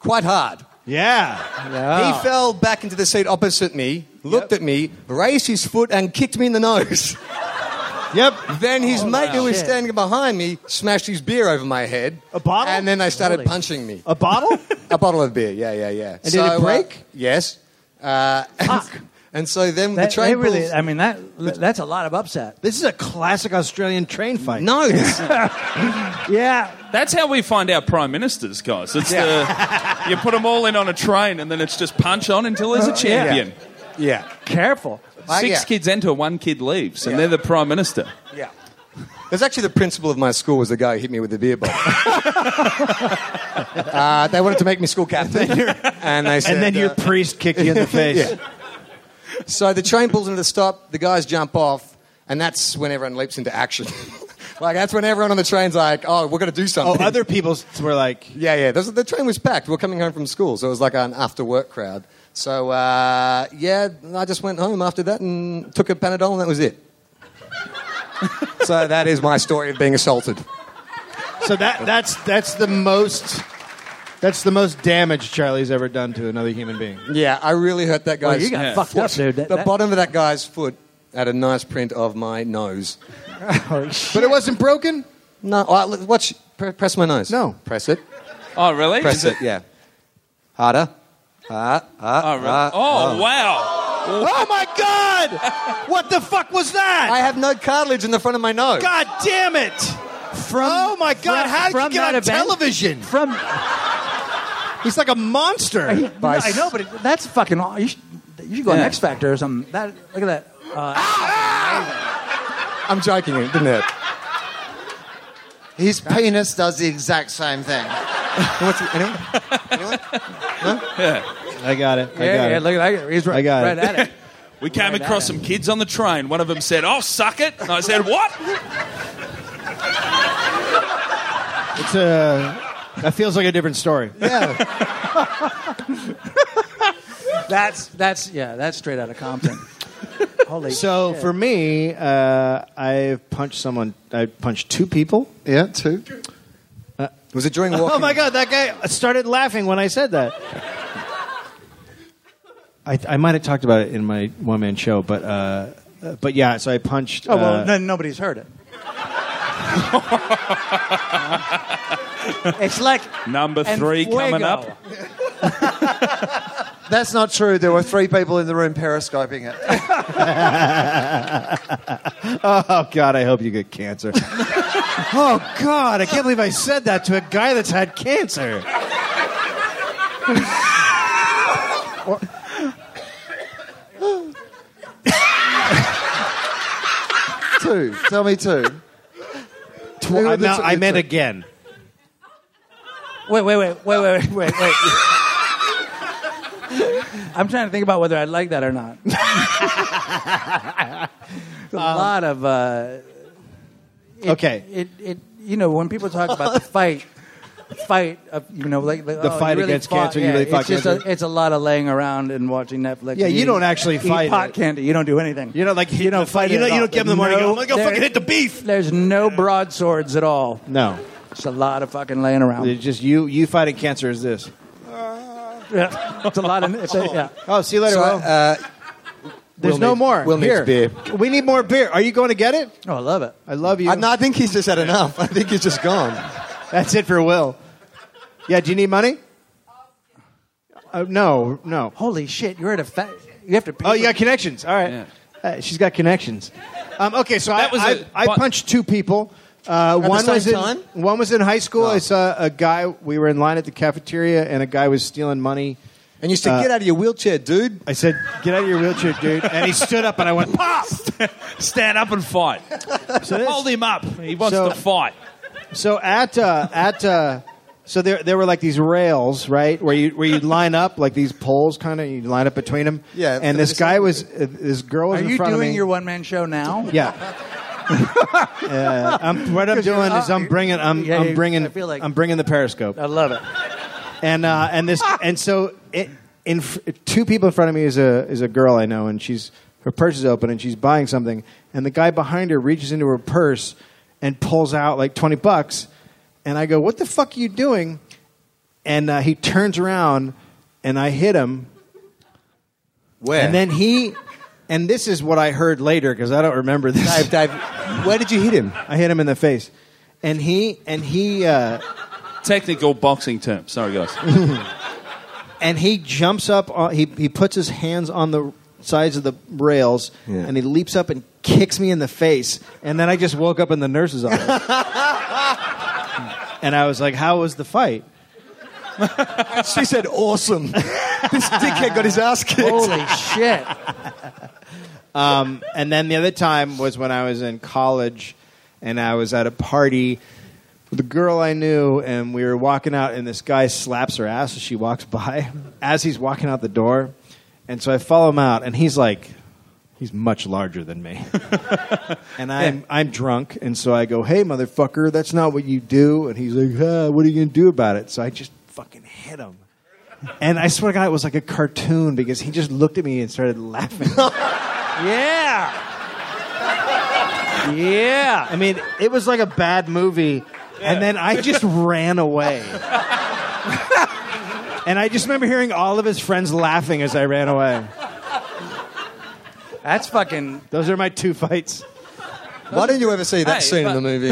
quite hard. Yeah. Yeah. He fell back into the seat opposite me, looked at me, raised his foot, and kicked me in the nose. Yep. Then his mate who was Shit. standing behind me smashed his beer over my head. A bottle? And then they started Holy- punching me. A bottle? A bottle of beer, yeah, yeah, yeah. And did it uh, break? yes. Uh, and, and so then That, the train they really, pulls- I mean, that that's a lot of upset. this is a classic Australian train fight. No, it's- Yeah. That's how we find our prime ministers, guys. It's the you put them all in on a train, and then it's just punch on until there's a champion. yeah, Careful. Uh, Six yeah. kids enter, one kid leaves, and they're the prime minister. Yeah. There's actually the principal of my school was the guy who hit me with the beer bottle. uh, they wanted to make me school captain, and they said, And then your uh, priest kicked you in the face. So the train pulls into the stop, the guys jump off, and that's when everyone leaps into action. like, that's when everyone on the train's like, oh, we're going to do Oh, something. other people were like, Yeah, yeah. This, the train was packed. We were coming home from school, so it was like an after work crowd. So, uh, yeah, I just went home after that and took a Panadol, and that was it. so that is my story of being assaulted. so that that's that's the most that's the most damage Charlie's ever done to another human being. Yeah, I really hurt that Well, guy's you got Yeah. fucked up, dude. That, the that- bottom of that guy's foot had a nice print of my nose. holy shit. But it wasn't broken. No, I, watch, pre- press my nose. No. press it. Oh, really? Press Is it, yeah. Harder. Ah, ah, Oh, really? ah, oh, wow. Oh my God! What the fuck was that? I have no cartilage in the front of my nose. God damn it! From oh my God! from- how did from you get that on event- television? From He's like a monster. I, know, but it, that's fucking. aw- You should, you should go Yeah. on X Factor or something. That look at that. Uh, I'm joking, it didn't hurt. His penis does the exact same thing. What's, anyone? Anyone? I got it. I yeah, got yeah, it. look at that. He's right, I got right it. at it. We came Right at across it. some kids on the train. One of them said, "I'll suck it," and I said, "What?" It's a. That feels like a different story. Yeah. That's that's yeah. That's straight out of Compton. Uh, Holy. So shit. for me, uh, I've punched someone. I punched two people. Yeah, too. Uh, Was it during walking? Oh my god, that guy started laughing when I said that. I, I might have talked about it in my one man show, but uh, uh, but yeah, so I punched. Oh, well, uh, then nobody's heard it. it's like Number and three fuego. coming up. That's not true. There were three people in the room periscoping it. Oh god, I hope you get cancer. oh god, I can't believe I said that to a guy that's had cancer. two. Tell me two. Tw- I, meant- I meant again. Wait, wait, wait, wait, wait, wait, wait. I'm trying to think about whether I like that or not. It's a Um, lot of uh, it- Okay. It, it you know when people talk about the fight, fight of you know like the fight against cancer, you really fought it's just cancer. A, it's a lot of laying around and watching Netflix. Yeah, and you eating- don't actually eating fight pot it. candy. You don't do anything. You know, like you don't fight. You it don't, at you all. don't give him the morning. No, go, I'm gonna go there- fucking hit the beef. There's no broadswords at all. No, It's a lot of fucking laying around. it's just you. You fighting cancer is this. Yeah. It's a lot of it's a, yeah. Oh, see you later. So, Will. uh, There's Will no needs- more. Will needs Here. beer. We need more beer. Are you going to get it? Oh, I love it. I love you. I, no, I think he's just had enough. I think he's just gone. That's it for Will. Yeah, do you need money? Uh, no, no. Holy shit! You're at a fa- you have to. Pay Oh, for- you got connections. All right. Yeah. Uh, she's got connections. Um, okay, so I That was I- a- I but- punched two people. Uh, the one same was in time? one was in high school. I saw a guy. We were in line at the cafeteria, and a guy was stealing money. And you said, Uh, get out of your wheelchair, dude. I said, "Get out of your wheelchair, dude!" And he stood up, and I went, "Pop!" Stand up and fight. So this- Hold him up. He wants So- to fight. So at uh, at uh, so there there were like these rails, right, where you where you line up like these poles, kind of you line up between them. Yeah, And for this the guy was uh, this girl was Are in you front of doing me. your one man show now? yeah. Uh, I'm, what I'm doing is I'm bringing I'm, Yeah, I'm yeah, bringing I feel like- I'm bringing the periscope I love it. and uh, and this and so it, in fr- two people in front of me is a is a girl I know, and she's her purse is open and she's buying something, and the guy behind her reaches into her purse and pulls out like twenty bucks, and I go, "What the fuck are you doing?" And uh, he turns around, and I hit him, Where? and then he. And this is what I heard later because I don't remember this. Dave, Dave, where did you hit him? I hit him in the face, and he and he uh, Technical boxing term. Sorry, guys. and he jumps up on, he, he puts his hands on the sides of the rails and he leaps up and kicks me in the face and then i just woke up in the nurse's office and i was like how was the fight She said, awesome. this dickhead got his ass kicked. Holy shit! Um, and then the other time was when i was in college and i was at a party with a girl i knew and we were walking out and this guy slaps her ass as she walks by as he's walking out the door and so i follow him out and he's like he's much larger than me and I'm I'm drunk, and so I go, "Hey, motherfucker, that's not what you do." And he's like, "Huh, "What are you gonna do about it?" So I just fucking hit him, and I swear to God, it was like a cartoon because he just looked at me and started laughing. Yeah, yeah. I mean, it was like a bad movie, and then I just ran away. And I just remember hearing all of his friends laughing as I ran away. That's fucking. Those are my two fights. Why didn't you ever see that Hey, scene but- in the movie?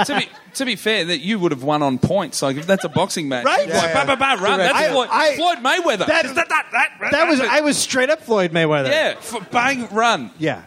to be to be fair, that you would have won on points. Like if that's a boxing match, Right? you'd be like, Yeah, yeah. bah, bah, bah, run. That's I- Floyd, I- Floyd Mayweather. that- Just that, that, that, That was I was straight up Floyd Mayweather. yeah. F- bang, run. Yeah.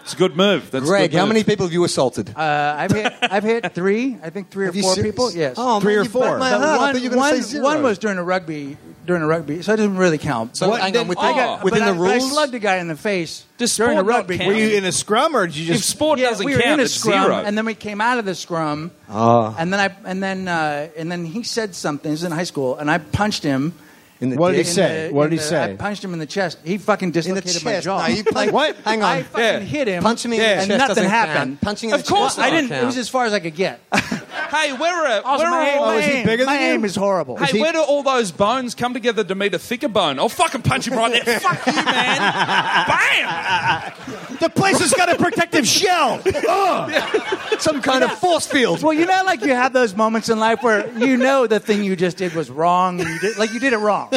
It's a good move. That's a Greg, good how move. many people have you assaulted? Uh, I've hit I've hit three, I think three or you four serious? people. Yes. Oh, Three man, or you four. broke my But heart. I one, thought you were gonna Uh-huh. one, say zero. one was during a rugby during a rugby, so it doesn't really count. So But hang on, within- I got, oh, within but the I, but I rules? slugged a guy in the face Does during a sport not rugby. count? Were game. you in a scrum or did you If just sport yeah, doesn't we were count, in a it's scrum, zero. and then we came out of the scrum, Ah. and then I and then uh, and then he said something. This is in high school, and I punched him. In the What did he dick? in say? the- What in did he the- say? I punched him in the chest. He fucking In the dislocated chest. my jaw. No, you play. What? Hang on. I fucking Yeah. hit him. Punching me in the and chest doesn't nothing count. happened. Punching in of the course, chest I doesn't didn't. It was count. as far as I could get. Hey, where are, Also, where my are aim, all my those aim, bigger than my you? aim is horrible. Hey, where do all those bones come together to meet a thicker bone? I'll fucking punch him right there. Fuck you, man. Bam! The place has got a protective shell. Some kind of force field. Well, you know, like you have those moments in life where you know the thing you just did was wrong, and you did, like you did it wrong.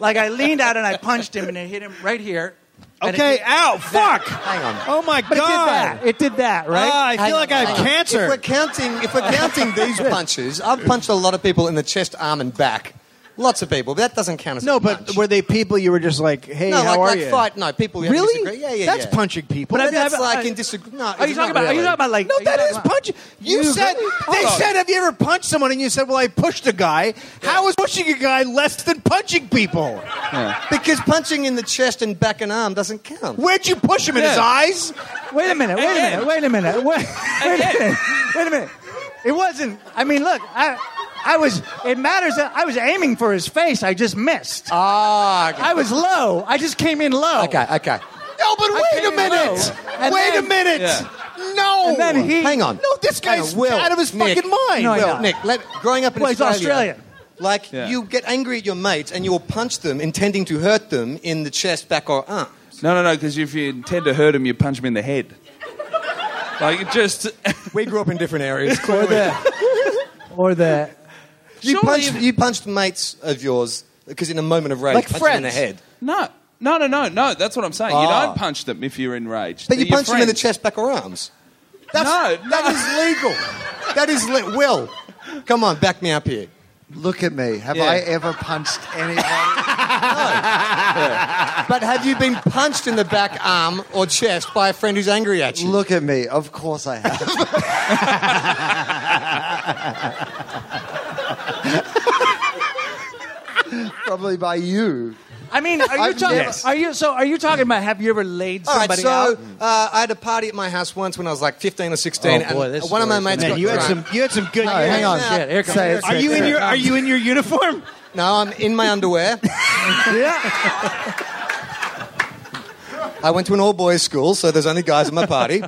Like I leaned out and I punched him, and it hit him right here. and it Okay, did- ow, fuck. Hang on. Oh my But it did god. that. It did that, right? Ah, I feel Hang on, like I hang have on. If we're cancer. counting, if we're counting these punches, I've punched a lot of people in the chest, arm, and back. Lots of people. But that doesn't count as No, a but punch. were they people you were just like, hey, no, how like, are like you? fight. No, people. who have Really? disagree- Yeah, yeah. That's yeah. punching people. But I mean, that's I've- like I- in disagreement. No, Are you it's talking not about? Are you really. talking about like? No, are you that talking is about- punch. You said they said, "Have you ever punched someone?" And you said, "Well, I pushed a guy." How is pushing a guy less than punching people? Because punching in the chest and back and arm doesn't count. Where'd you push him in his Yeah. eyes? Wait a minute. Wait a minute. Wait a minute. Wait, wait a minute. Wait a minute. It wasn't. I mean, look. I, I was. It matters. that I was aiming for his face. I just missed. Uh, Ah, okay. I was low. I just came in low. okay, okay. No, but wait a can't minute. know. And Wait then- a minute. Yeah. No. And then he- Hang on. No, this Hang guy's on, Will, out of his Nick, fucking mind. No, I Will. know. Nick, let, growing up in Well, he's Australia, Australian. like Yeah. you get angry at your mates and you will punch them, intending to hurt them in the chest, back, or arm. No, no, no, because if you intend to hurt him, you punch him in the head. Like, it just. We grew up in different areas. Or the. Or the. you Surely punched if- you punched mates of yours because in a moment of rage, Like you punched them in the friends. head. No. No, no, no, no. That's what I'm saying. You Ah. don't punch them if you're enraged. But you They're your punched them in the friends. chest, back, or arms. No, no. that is legal. That is li- Will. Come on, back me up here. Look at me. Have Yeah. I ever punched anybody? But have you been punched in the back arm or chest by a friend who's angry at you? Look at me. Of course I have. Probably by you. I mean, are you I've talking? never- Are you so? Are you talking about? Have you ever laid All right, somebody so out? uh, I had a party at my house once when I was like 15 or 16, Oh, boy, and this one of my story's mates Man, got you had drunk. some. You had some good. No, hang on. Shit, here Say comes- it, Are say it, you say in it. your? Are you in your uniform? No, I'm in my underwear. Yeah. I went to an all boys school, so there's only guys at my party.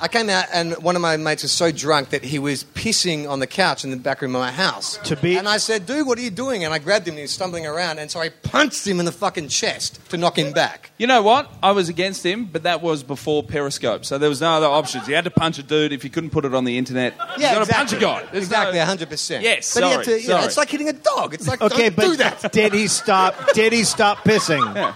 I came out, and one of my mates was so drunk that he was pissing on the couch in the back room of my house. To be- and I said, "Dude, what are you doing?" And I grabbed him, and he was stumbling around, and so I punched him in the fucking chest to knock him back. You know what? I was against him, but that was before Periscope, so there was no other options. You had to punch a dude if you couldn't put it on the internet. you got to punch a guy. There's exactly, no- hundred percent. Yes, but he sorry, had to, you know, sorry. it's like hitting a dog. It's like, Okay, don't but do that. did he stop? Did he stop pissing? Yeah.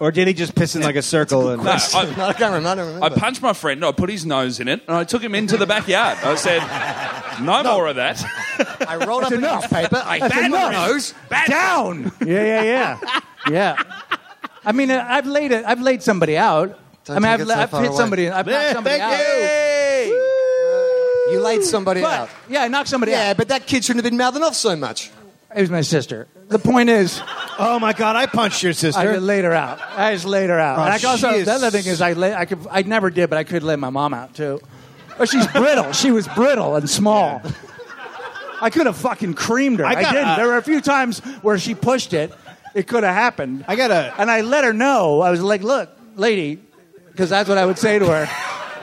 Or did he just piss in like a circle? and No, I- No, I can't remember. I, don't remember. I punched my friend. I put his nose in it, and I took him into the backyard. I said, "No, more of that." I rolled up a newspaper. I That's banged my enough. nose. Down. yeah, yeah, yeah. Yeah. I mean, uh, I've laid it. I've laid somebody out. Don't I mean, take I've, it la- so I've far hit away. somebody. I've knocked Yeah, somebody thank out. You laid somebody But out. yeah, I knocked somebody Yeah, out. but that kid shouldn't have been mouthing off so much. It was my sister. The point is, Oh my god, I punched your sister. I just laid her out. I just laid her out. Oh, and I also she is- the other thing is, I lay, I could, I never did, but I could lay my mom out too. But she's brittle. She was brittle and small. I could have fucking creamed her. I I, got didn't. a- there were a few times where she pushed it. It could have happened. I got a- And I let her know. I was like, "Look, lady," because that's what I would say to her.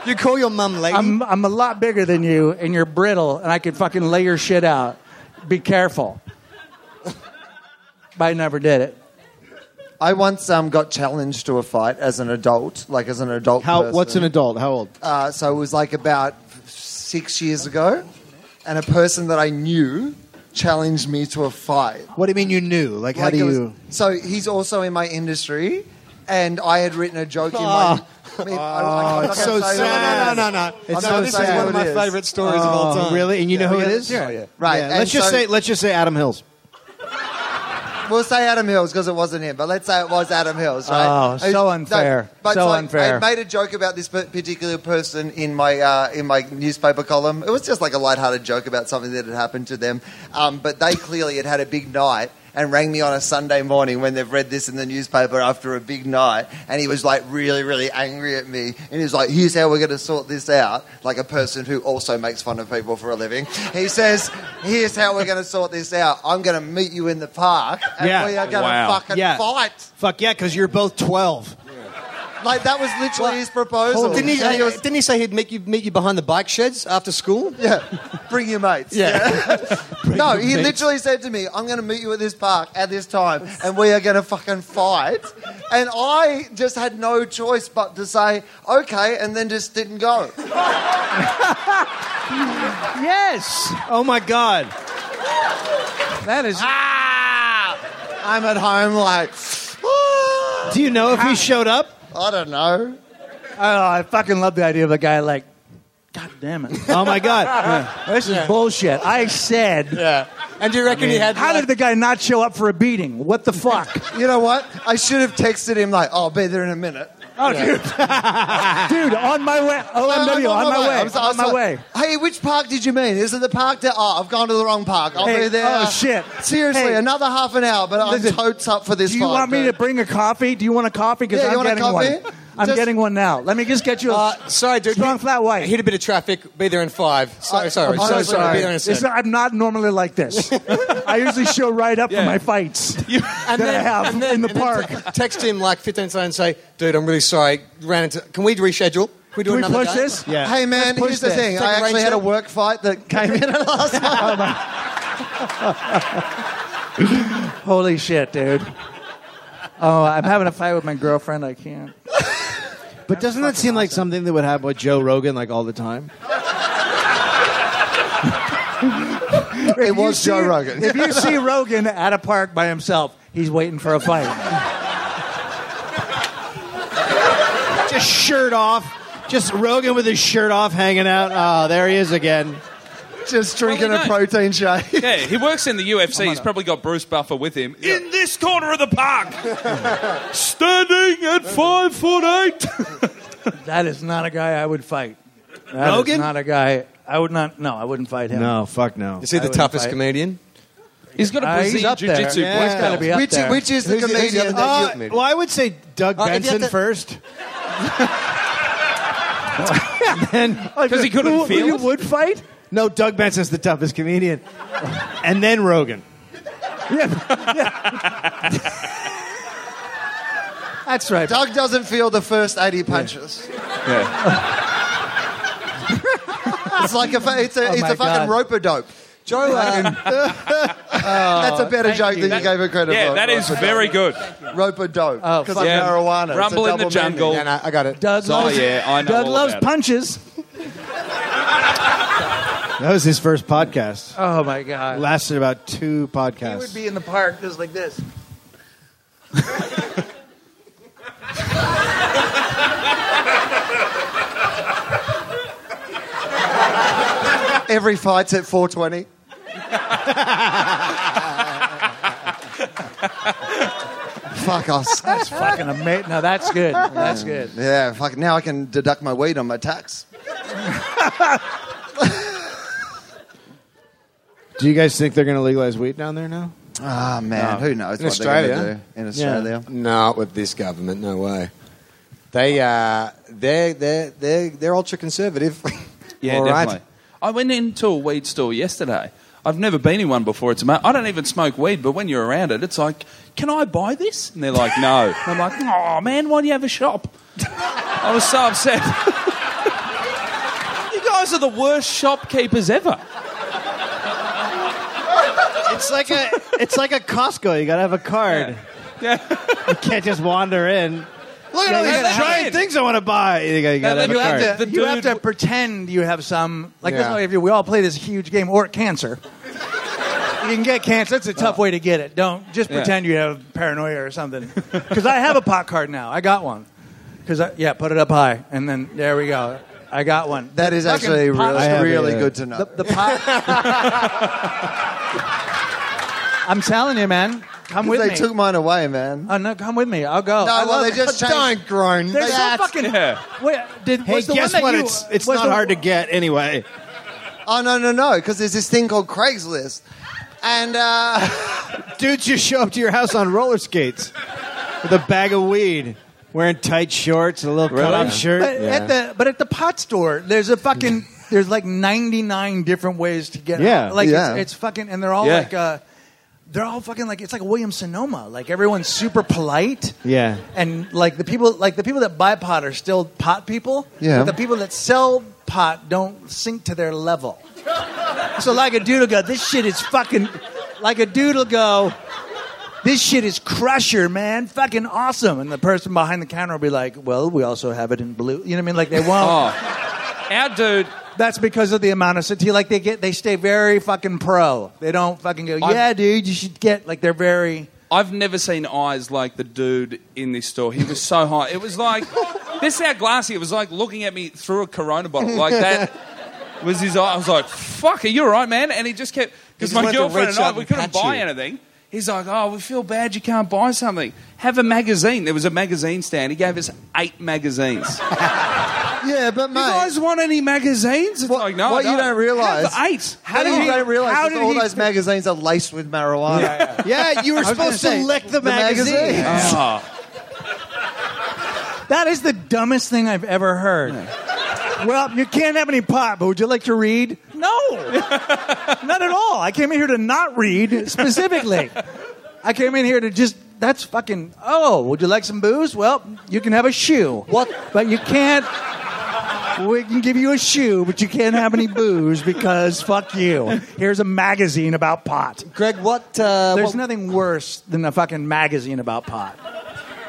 You call your mum lady. I'm, I'm a lot bigger than you, and you're brittle, and I could fucking lay your shit out. Be careful. But I never did it. I once um, got challenged to a fight as an adult, like as an adult. How? person. What's an adult? How old? Uh, so it was like about six years ago, and a person that I knew challenged me to a fight. What do you mean you knew? Like, how Like do it was- you? so he's also in my industry, and I had written a joke in my. I mean, I- I- I'm not it's so gonna say what it sad. is. No, no, no. It's I'm so not gonna say sad. Oh, what one of my it is. favourite stories of all time. really? Oh, And you know who it yeah, is? yeah. Right, Yeah, and let's just so- say. Let's just say Adam Hills. we'll say Adam Hills because it wasn't him, but let's say it was Adam Hills, right? Oh, so unfair. So unfair. I made a joke about this per- particular person in my uh, in my newspaper column. It was just like a lighthearted joke about something that had happened to them, um, but they clearly had had a big night. And rang me on a Sunday morning when they've read this in the newspaper after a big night, and he was like really, really angry at me, and he's like, "Here's how we're going to sort this out." Like a person who also makes fun of people for a living, he says, "Here's how we're going to sort this out. I'm going to meet you in the park, and Yeah. we are going to Wow. fucking Yeah. fight." Fuck yeah, because you're both 12. Like that was literally his proposal. Well, didn't, he, And was- didn't he say he'd meet you, meet you behind the bike sheds after school? yeah, bring your mates. Yeah. no, he literally said to me, I'm going to meet you at this park at this time and we are going to fucking fight. And I just had no choice but to say, okay, and then just didn't go. Yes, Oh my God. that is. I'm at home like, "Ah, Do you know if he showed up? I don't know. Oh, I fucking love the idea of a guy like, God damn it. Oh my God. This is bullshit. I said, And do you reckon he had. how did the guy not show up for a beating? What the fuck? You know what? I should have texted him like, I'll be there in a minute. Oh, dude. dude, on my way. Oh, OMW, on my way. I'm so- I'm On my so- way. Hey, which park did you mean? Is it the park that? Oh, I've gone to the wrong park. I'll Hey, be there. oh, shit. Seriously, Hey. another half an hour, but Listen, I'm totes up for this. Do you fight, want me to dude. bring a coffee? Do you want a coffee? Because Yeah, you I'm want a getting coffee? one. I'm Just- getting one now. Let me just get you a Uh, sorry, dude. strong He- flat white. Hit a bit of traffic, be there in five. Sorry, I'm sorry. so so sorry. Be sorry. there in a It's sec. not- I'm not normally like this. I usually show right up Yeah. for my fights that I then- have and then- in the and then park. te- text him like 15 seconds and say, dude, I'm really sorry. Ran into. Can we reschedule? Can we do Can we another push day? this? Yeah. Hey man, Let's push here's the this. thing. Take a I rain actually had a check. work fight that came in last night. Holy shit, dude. Oh, I'm having a fight with my girlfriend. I can't. But doesn't that seem like something that would happen with Joe Rogan like all the time? It was Joe Rogan. if you see Rogan at a park by himself, he's waiting for a fight. Just shirt off. Just Rogan with his shirt off hanging out. Oh, there he is again. Just drinking Well, a we know. protein shake. Yeah, he works in the UFC. He's probably got Bruce Buffer with him in this corner of the park, standing at five foot eight. That is not a guy I would fight. That is Rogan? not a guy. I would not. No, I wouldn't fight him. No, fuck no. Is he the wouldn't toughest fight. comedian? He's got a Uh, he's Brazilian up there. jiu-jitsu Yeah. black He's gotta belt. be up Which, there. which is the Who's the- who's the comedian Ah, other that guy? you Uh, well, I would say Doug Oh, if you Benson have to- first. and then, 'Cause he couldn't Who- who feel you it? would fight? No, Doug Benson's the toughest comedian. and then Rogan. That's right. Doug doesn't feel the first 80 punches. it's like a fa- it's a, it's my a fucking God. roper dope. Joe, um, That's a better joke than you That- gave her credit Yeah, for. that is very good. roper dope. Oh, Because fuck. I'm Yeah. marijuana. It's a Rumble in the double jungle. yeah, no, I got it. Doug Oh, loves, yeah, I know Doug all loves about it. punches. That was his first podcast. Oh my god. Lasted about two He podcasts. would be in the park just like this. meaning. Every fight's at 420. Fuck us. That's fucking amazing. No, that's good. That's good. Yeah, fuck. Now I can deduct my weed on my tax. Do you guys think they're going to legalize weed down there now? Ah Oh. man, who knows In what they're Australia? going to do in Australia? Not with this government, no way. They, uh, they're, they're, they're, they're ultra conservative. Yeah, All right. definitely. I went into a weed store yesterday. I've never been in one before. It's ama- I don't even smoke weed, but when you're around it, it's like, can I buy this? And they're like, no. And I'm like, oh man, why do you have a shop? I was so upset. you guys are the worst shopkeepers ever. It's like a it's like a Costco. You got to have a card. you can't just wander in. Look at all Yeah, these that's giant right. things I want to buy. You got to have a You have card. to- The you have dude- to pretend you have some. Like Yeah. that's why if you, we all play this huge game or cancer. You can get cancer. That's a tough way to get it. Don't just Yeah. pretend you have paranoia or something. Because I have a pot card now. I got one. Because yeah, put it up high, and then there we go. I got one. That is actually I really, have, really yeah. good to know. The, the pot. I'm telling you, man. Come with They me. took mine away, man. oh no, come with me. I'll go. No, I well, love they it. just changed. Don't groan. They're so That's- fucking. Yeah. Wait, did, Hey, was the guess one that what? you- it's it's was not the- hard to get anyway. Oh no, no, no, because there's this thing called Craigslist, and uh, Dudes just show up to your house on roller skates with a bag of weed, wearing tight shorts, a little cut-off shirt. But at the but at the pot store, there's a fucking there's like 99 different ways to get Yeah, it. like yeah. It's, it's fucking and they're all Yeah. like uh they're all fucking like it's like William Sonoma. Like everyone's super polite. Yeah. And like the people like the people that buy pot are still pot people. Yeah. But the people that sell pot don't sink to their level. so like a dude will go, this shit is fucking like a dude will go this shit is crusher, man. Fucking awesome. And the person behind the counter will be like, well, we also have it in blue. You know what I mean? Like they won't. Our dude, That's because of the amount of sativa. Like they get, they stay very fucking pro. They don't fucking go, I've- yeah, dude, you should get. Like they're very. I've never seen eyes like the dude in this store. He was so high. It was like, this is how glassy. It was like looking at me through a Corona bottle. Like that was his eye. I was like, fuck, are you all right, man? And he just kept, because just my wanted to girlfriend reach and I, out we and couldn't pat buy you. anything. He's like, oh, we feel bad you can't buy something. Have a magazine. There was a magazine stand. He gave us eight magazines. yeah, but You mate, guys want any magazines? It's What- like, no. what I you don't realise- Have eight. how do you don't realize how that did all he- those magazines are laced with marijuana? Yeah, you were supposed to say, lick the, The magazine. Oh, That is the dumbest thing I've ever heard. Well, you can't have any pot, but would you like to read? No, not at all. I came in here to not read specifically. I came in here to just. That's fucking. Oh, would you like some booze? Well, you can have a shoe. What? But you can't. We can give you a shoe, but you can't have any booze because fuck you. Here's a magazine about pot. Greg, what? Uh, There's what- nothing worse than a fucking magazine about pot.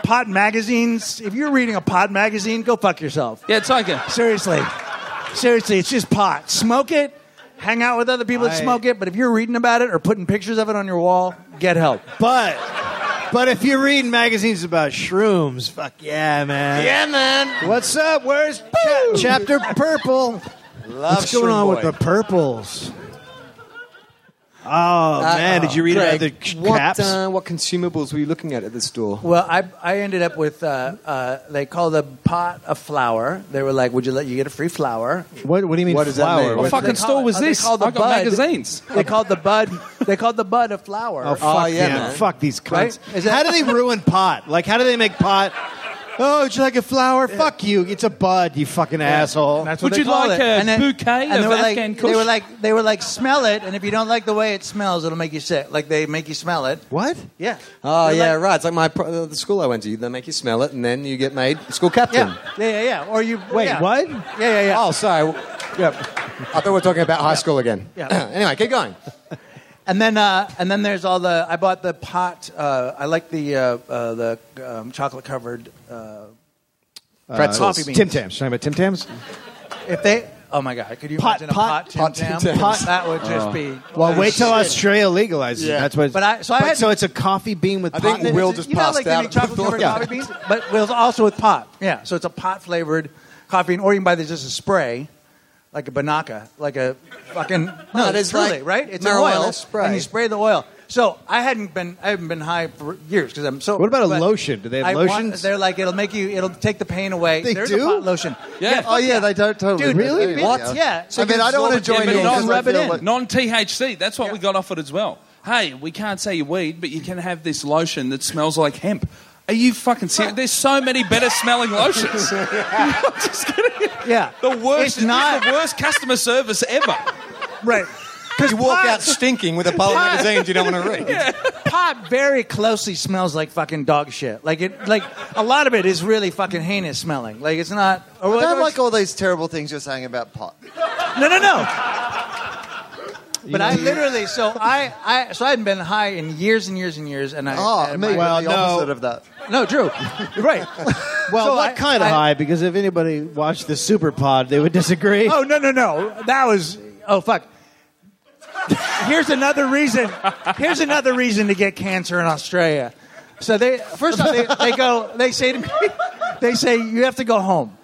Pot magazines, if you're reading a pot magazine, go fuck yourself. yeah, it's okay. Seriously. Seriously, it's just pot. Smoke it, hang out with other people that I- smoke it, but if you're reading about it or putting pictures of it on your wall, get help. But but if you're reading magazines about shrooms, fuck yeah, man. Yeah, man. What's up? Where's cha- chapter purple? What's going shroom on with boy. the purples? Oh man, did you read Greg, about the c- what, caps? uh, what consumables were you looking at at the store? Well, I, I ended up with, uh, uh, they call the pot a flower. They were like, would you let you get a free flower? what, what do you mean What does that flower? mean? What What- fucking They call store it- was oh, they this? call the I got bud- magazines. They called the bud, they called the bud a flower. Oh, fuck yeah, yeah, man. fuck these cunts. Right? Is that- how do they ruin pot? Like, how do they make pot? Oh, would you like a flower? Fuck you! It's a bud, you fucking asshole. That's Would what you they call like it. a bouquet and they of were like, Afghan They Kush? were like, they were like, smell it, and if you don't like the way it smells, it'll make you sick. Like they make you smell it. what? Yeah. Oh They're yeah, like- right. It's like my pro- uh, the school I went to. They make you smell it, and then you get made school captain. Yeah. yeah, yeah, yeah. Or you Wait, yeah. what? Yeah, yeah, yeah. Oh, sorry. Yeah. I thought we were talking about high school again. Yeah. anyway, keep going. And then, uh, and then there's all the. I bought the pot. Uh, I like the uh, uh, the um, chocolate covered. Uh, Pretzels. coffee beans. Tim Tams. Talking about Tim Tams. if they, oh my god, could you Pot- imagine a pot- pot, Tim pot Tim Tam? Oh. Tams. Pot- that would just be. Well, wait till Australia legalizes. it. That's what. It's, But I- so I had- so it's a coffee bean with. I think pot in it? It's Will a- just you know, passed like they out make chocolate covered Yeah. coffee beans, but Will's also with pot. Yeah, so it's a pot flavored coffee bean, or you can buy this just a spray, like a banaka, like a fucking no, it it's is truly like right. It's an marijuana oil spray. and you spray the oil. So I hadn't been I haven't been high for years because I'm so. What about a but lotion? Do they have I want- lotions? they're like it'll make you it'll take the pain away. They There's do? a pot lotion. Yeah. fuck Oh yeah, they don't totally. Dude, really? Yeah. What? Yeah. So I mean, you I don't want to absorb it, join yeah, in. but don't 'cause I rub it feel in. like- Non THC. That's what we got offered as well. Hey, we can't sell you weed, but you can have this lotion that smells like hemp. Are you fucking serious? There's so many better smelling lotions. I'm just kidding. Yeah. The worst, It's not- it's the worst customer service ever. Right. Because You walk out stinking with a pile of magazines you don't want to read. pot very closely smells like fucking dog shit. Like it, like a lot of it is really fucking heinous smelling. Like it's not. Or, I don't or- like all these terrible things you're saying about pot. no, no, no. But I literally, so I, I, so I hadn't been high in years and years and years, and I. Oh, and me, my- Well, the no. opposite of that. no, Drew, right? Well, So what I- kind of I- high? Because if anybody watched the Super Pod, they would disagree. Oh no, no, no, that was. Oh fuck. Here's another reason. Here's another reason to get cancer in Australia. So they first off they, they go they say to me they say you have to go home,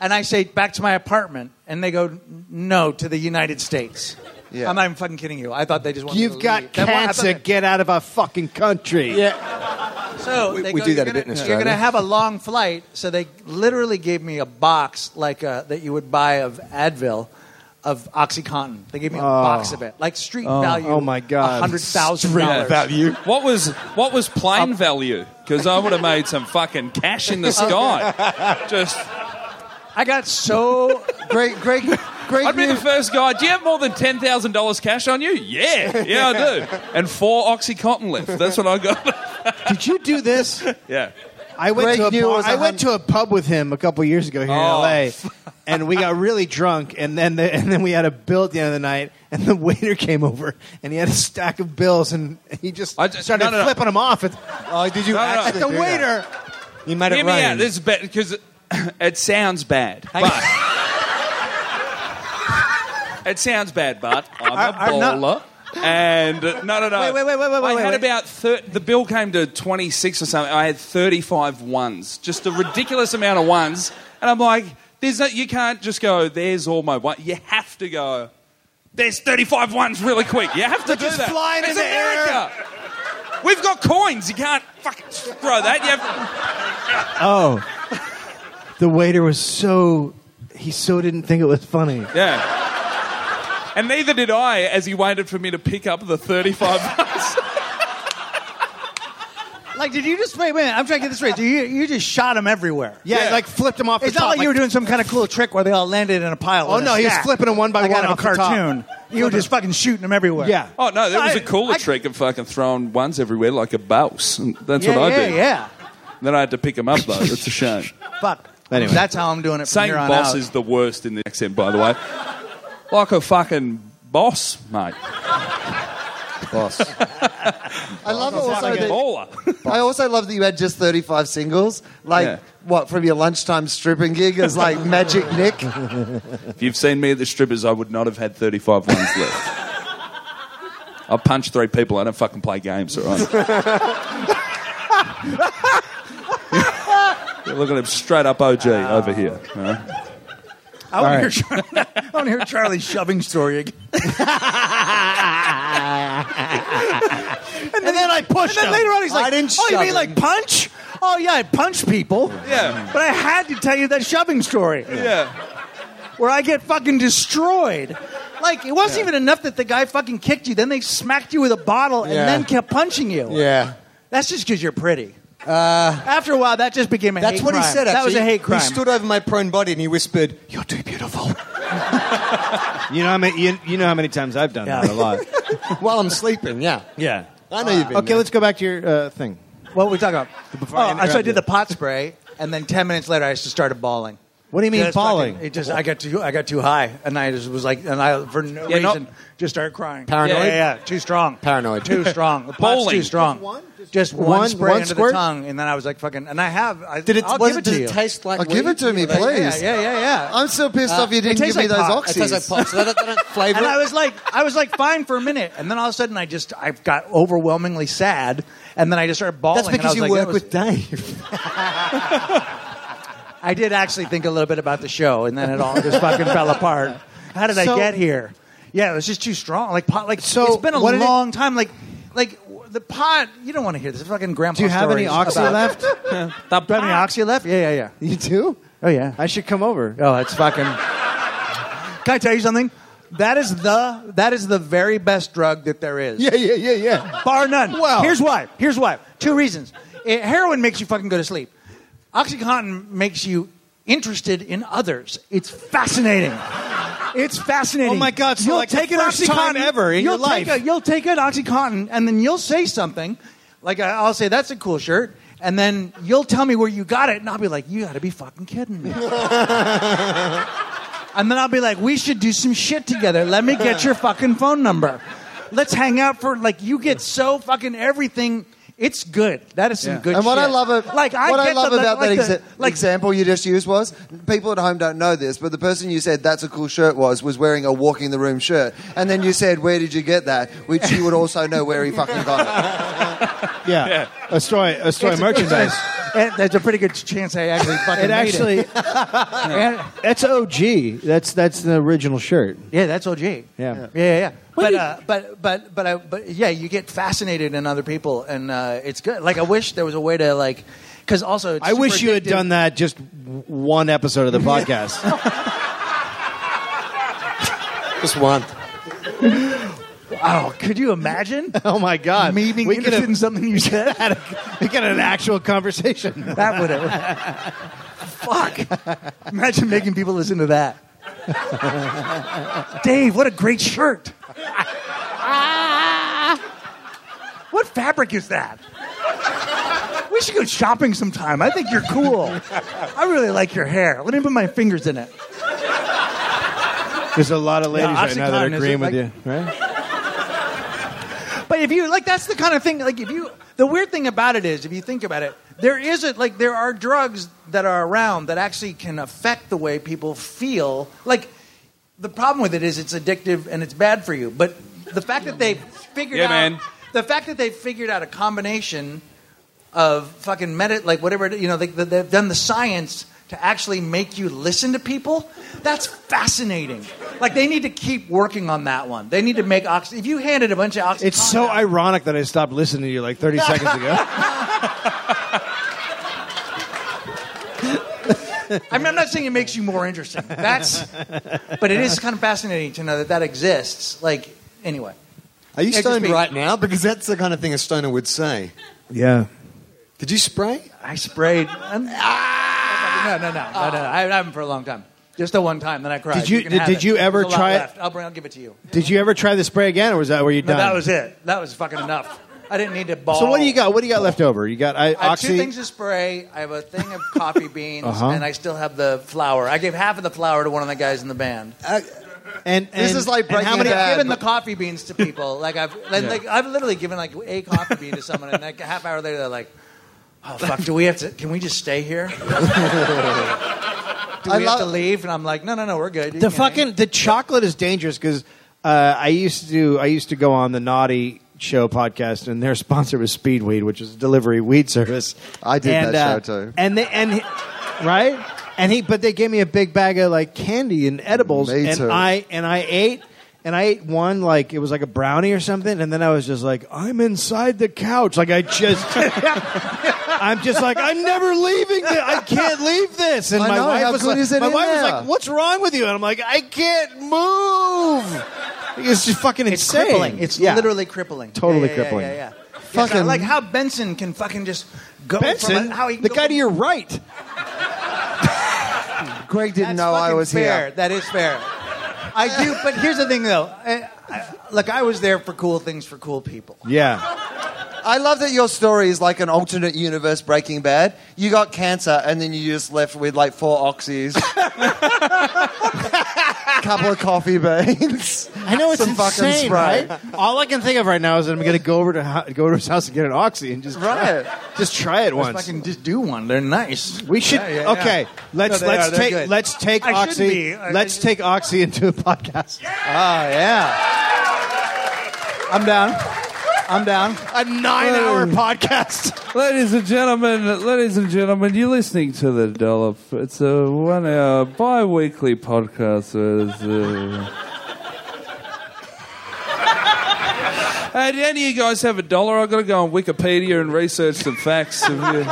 and I say back to my apartment, and they go no to the United States. Yeah. I'm not even fucking kidding you. I thought they just wanted me You've to got leave. They want- I thought cancer. Get out of our fucking country. they- So they we go, do "You're that gonna- a bit in You're Australia." going to have a long flight, so they literally gave me a box like uh that you would buy of Advil. Of OxyContin, they gave me a box of it, like street value. oh my God. hundred thousand dollars. you. What was what was Um, plane value? Because I would have made some fucking cash in the sky. Just I got so Great, great, great. I'd be the news. first guy. Do you have more than ten thousand dollars cash on you? Yeah, yeah, I do. And four OxyContin left. That's what I got. Did you do this? yeah. I went Greg to a Newell bar, was a I went to a pub with him a couple years ago here Oh. in LA, and we got really drunk, and then the, and then we had a bill at the end of the night, and the waiter came over, and he had a stack of bills, and he just I just- started no, no, no. flipping them off at, Oh, did you No, no, no. actually at the do that? waiter. You might Hear have me run. out. This is bad because it, it sounds bad, but it sounds bad. But I'm a I'm not- bowler. And uh, no, no, no. Wait, wait, wait, wait, wait, I wait, had wait. about thir- the bill came to twenty six or something. I had 35 ones, just a ridiculous amount of ones, and I'm like, "There's no, you can't just go. There's all my one. You have to go. There's 35 ones really quick. You have to do just that. flying in it's the air. America. We've got coins. You can't fucking throw that. You have, Oh, the waiter was so he so didn't think it was funny. Yeah. And neither did I as he waited for me to pick up the 35 bucks. Like, did you just wait? Wait, a minute, I'm trying to get this right. Do you you just shot them everywhere? Yeah, like flipped him off. It's the not top, like, you were doing some kind of cool trick where they all landed in a pile. Oh, in a no, he was stack, flipping 'em one by like one on a off the top. cartoon. You were just fucking shooting them everywhere. Yeah. Oh, no, there was I- a cooler I- trick of fucking throwing ones everywhere like a bouse. And That's yeah, what I yeah, did. yeah. Then I had to pick him up, though. It's a shame. Fuck. Anyway. That's how I'm doing it. From Saying here on boss out. is the worst in the accent, by the way. Like a fucking boss, mate. Boss. I love also Like a that- baller. I also love that you had just 35 singles. Like, Yeah. what, from your lunchtime stripping gig as like Magic Nick? if you've seen me at the strippers, I would not have had 35 ones left. I punch three people. I don't fucking play games, all right? You're looking at him straight up OG over here. all right? I want to hear, Char- I wanna hear Charlie's shoving story again. And then I pushed And then later on, he's like, I didn't "Oh, you shove mean him." like punch? Oh yeah, I punch people. Yeah. But I had to tell you that shoving story Yeah. where I get fucking destroyed. Like it wasn't even enough that the guy fucking kicked you. Then they smacked you with a bottle and Yeah. then kept punching you. Yeah. Uh, That's just because you're pretty. After a while, that just became a That's hate what he crime. said, actually. That was a hate crime. He stood over my prone body and he whispered, You're too beautiful. You know how many? You, you know how many times I've done Yeah. that a lot. While I'm sleeping, yeah. yeah. I know you've been Okay, there. let's go back to your uh, thing. what were we talking about? Before oh, I- so I I interrupt you. did the pot spray, and then 10 minutes later, I just started bawling. What do you mean Just bawling? fucking- it just I got too I got too high, and I just was like, and I for no Yeah, not- reason just started crying. Paranoid? Yeah, yeah, yeah, too strong. Paranoid. Too strong. The pot's Bowling. too strong. Just one? Just Just one, one- spray one under squirt? the tongue, and then I was like, fucking. And I have. I, Did it, I'll was give it, it to did you. it taste like Oh, give it weed? to me, Yeah, please. Yeah, yeah, yeah, yeah. I'm so pissed off you didn't give tastes me like those pot. It oxys. tastes like pop, so they don't, they don't flavour and I it. was like, I was like fine for a minute, and then all of a sudden, I just I got overwhelmingly sad, and then I just started bawling. and That's I because was like, you work that was- with Dave. I did actually think a little bit about the show, and then it all just fucking fell apart. How did I So- get here? Yeah, it was just too strong. Like pot. Like So, it's been a what did it- long time. Like, like w- the pot. You don't want to hear this. Fucking grandpa. Do you have any stories oxy about- left? Do I have any oxy left? Yeah, yeah, yeah. You do? Oh yeah. I should come over. Oh, it's fucking. Can I tell you something? That is the that is the very best drug that there is. yeah, yeah, yeah. bar none. Wow. here's why. Here's why. Two reasons. Eh, heroin makes you fucking go to sleep. OxyContin makes you interested in others. It's fascinating. It's fascinating. Oh my God, so you'll like the take an first time OxyContin ever in you'll your take a- life. you'll take an OxyContin and then you'll say something, like I- I'll say that's a cool shirt, and then you'll tell me where you got it, and I'll be like, you got to be fucking kidding me. And then I'll be like, we should do some shit together. Let me get your fucking phone number. Let's hang out for like you get so fucking everything. It's good. That is some good. And what shit. I love, ab- like I what get I love the, about like that the- exa- like example you just used was people at home don't know this, but the person you said that's a cool shirt was was wearing a walking the room shirt, and then you said where did you get that, which you would also know where he fucking got it. Yeah. Astroy, Astroy merchandise. And there's a pretty good chance I actually fucking It made actually, And- that's OG. That's that's the original shirt. yeah, that's OG. Yeah, Yeah. yeah, yeah. But, uh, but but but I, but yeah, you get fascinated in other people, and uh, it's good. Like I wish there was a way to like, because also it's I wish super you had addictive. done that just w- one episode of the podcast. Just one. Wow, could you imagine? oh my god, Me being we could interested have in something you said? had, a, we could have an actual conversation. That would have. Fuck. Imagine making people listen to that. Dave, what a great shirt. what fabric is that? We should go shopping sometime. I think you're cool. I really like your hair. Let me put my fingers in it. There's a lot of ladies Yeah, right now that Oxycontin is are agreeing like- with you, right? But if you like, that's the kind of thing. Like, if you, the weird thing about it is, if you think about it, there is a like, there are drugs that are around that actually can affect the way people feel. Like, the problem with it is it's addictive and it's bad for you. But the fact that they figured Yeah, out man. the fact that they figured out a combination of fucking medit, like whatever it- you know, they, they, they've done the science to actually make you listen to people. That's fascinating. Like they need to keep working on that one. They need to make ox. If you handed a bunch of oxycontin, It's so out- ironic that I stopped listening to you like 30 seconds ago. I mean, I'm not saying it makes you more interesting. That's, but it is kind of fascinating to know that that exists. Like, anyway, Are you Yeah, just stoned me. right now? Because that's the kind of thing a stoner would say. Yeah. Did you spray? I sprayed. I'm- no, no, no, no, no. I haven't for a long time. Just the one time, then I cried. Did you- can did- have did it. you ever There's a lot try it? left. I'll bring. I'll give it to you. Did you ever try the spray again, or was that where you No, done? that was it. That was fucking enough. I didn't need to ball. So what do you got? What do you got left over? You got I, I have Uh, two oxy. things to spray. I have a thing of coffee beans, Uh-huh. and I still have the flour. I gave half of the flour to one of the guys in the band. and, This and- is like and how Breaking many? Bad. I've given the coffee beans to people. Like I've, like, like, I've literally given like a coffee bean to someone, and like a half hour later they're like, "Oh fuck, do we have to? Can we just stay here? do we have love- to leave?" And I'm like, "No, no, no, we're good." You The can hang." eh? fucking the chocolate is dangerous because uh, I used to I used to go on the Naughty Show podcast, and their sponsor was Speedweed, which is a delivery weed service. I did And, that uh, show, too. And they and right and he but they gave me a big bag of like candy and edibles, Me and too. I and I ate. And I ate one like it was like a brownie or something, and then I was just like, "I'm inside the couch." Like I just, I'm just like, "I'm never leaving. This. I can't leave this." And I my know, wife how was good like, is it "My in wife was there? like, what's wrong with you? And I'm like, I can't move. It's just fucking It's insane. crippling. It's Yeah. literally crippling. Yeah, Totally yeah, yeah, crippling. Yeah, yeah. Yeah, Fucking- so, like how Benson can fucking just go. from Benson, a- how he can the go guy from- to your right. Greg That's didn't know I fucking was fair. here. That is fair. I do, but here's the thing though. I, I, look, I was there for cool things for cool people. Yeah. I love that your story is like an alternate universe Breaking Bad. You got cancer and then you just left with like four oxys, couple of coffee beans. I know it's Some fucking insane, Sprite. right? All I can think of right now is that I'm going to go over to ho- go to his house and get an oxy and just try it. Right. just try it I once. can just do one. They're nice. We should Yeah, yeah, yeah. okay. Let's No, they let's are. They're take good. let's take I should oxy. be. I- let's take oxy into a podcast. Ah, Oh, yeah. I'm down. I'm down. A nine-hour podcast. Ladies and gentlemen, ladies and gentlemen, you're listening to The Dollop. It's a one hour bi weekly podcast. with, uh, Hey, do any of you guys have a dollar? I've got to go on Wikipedia and research some facts. If you...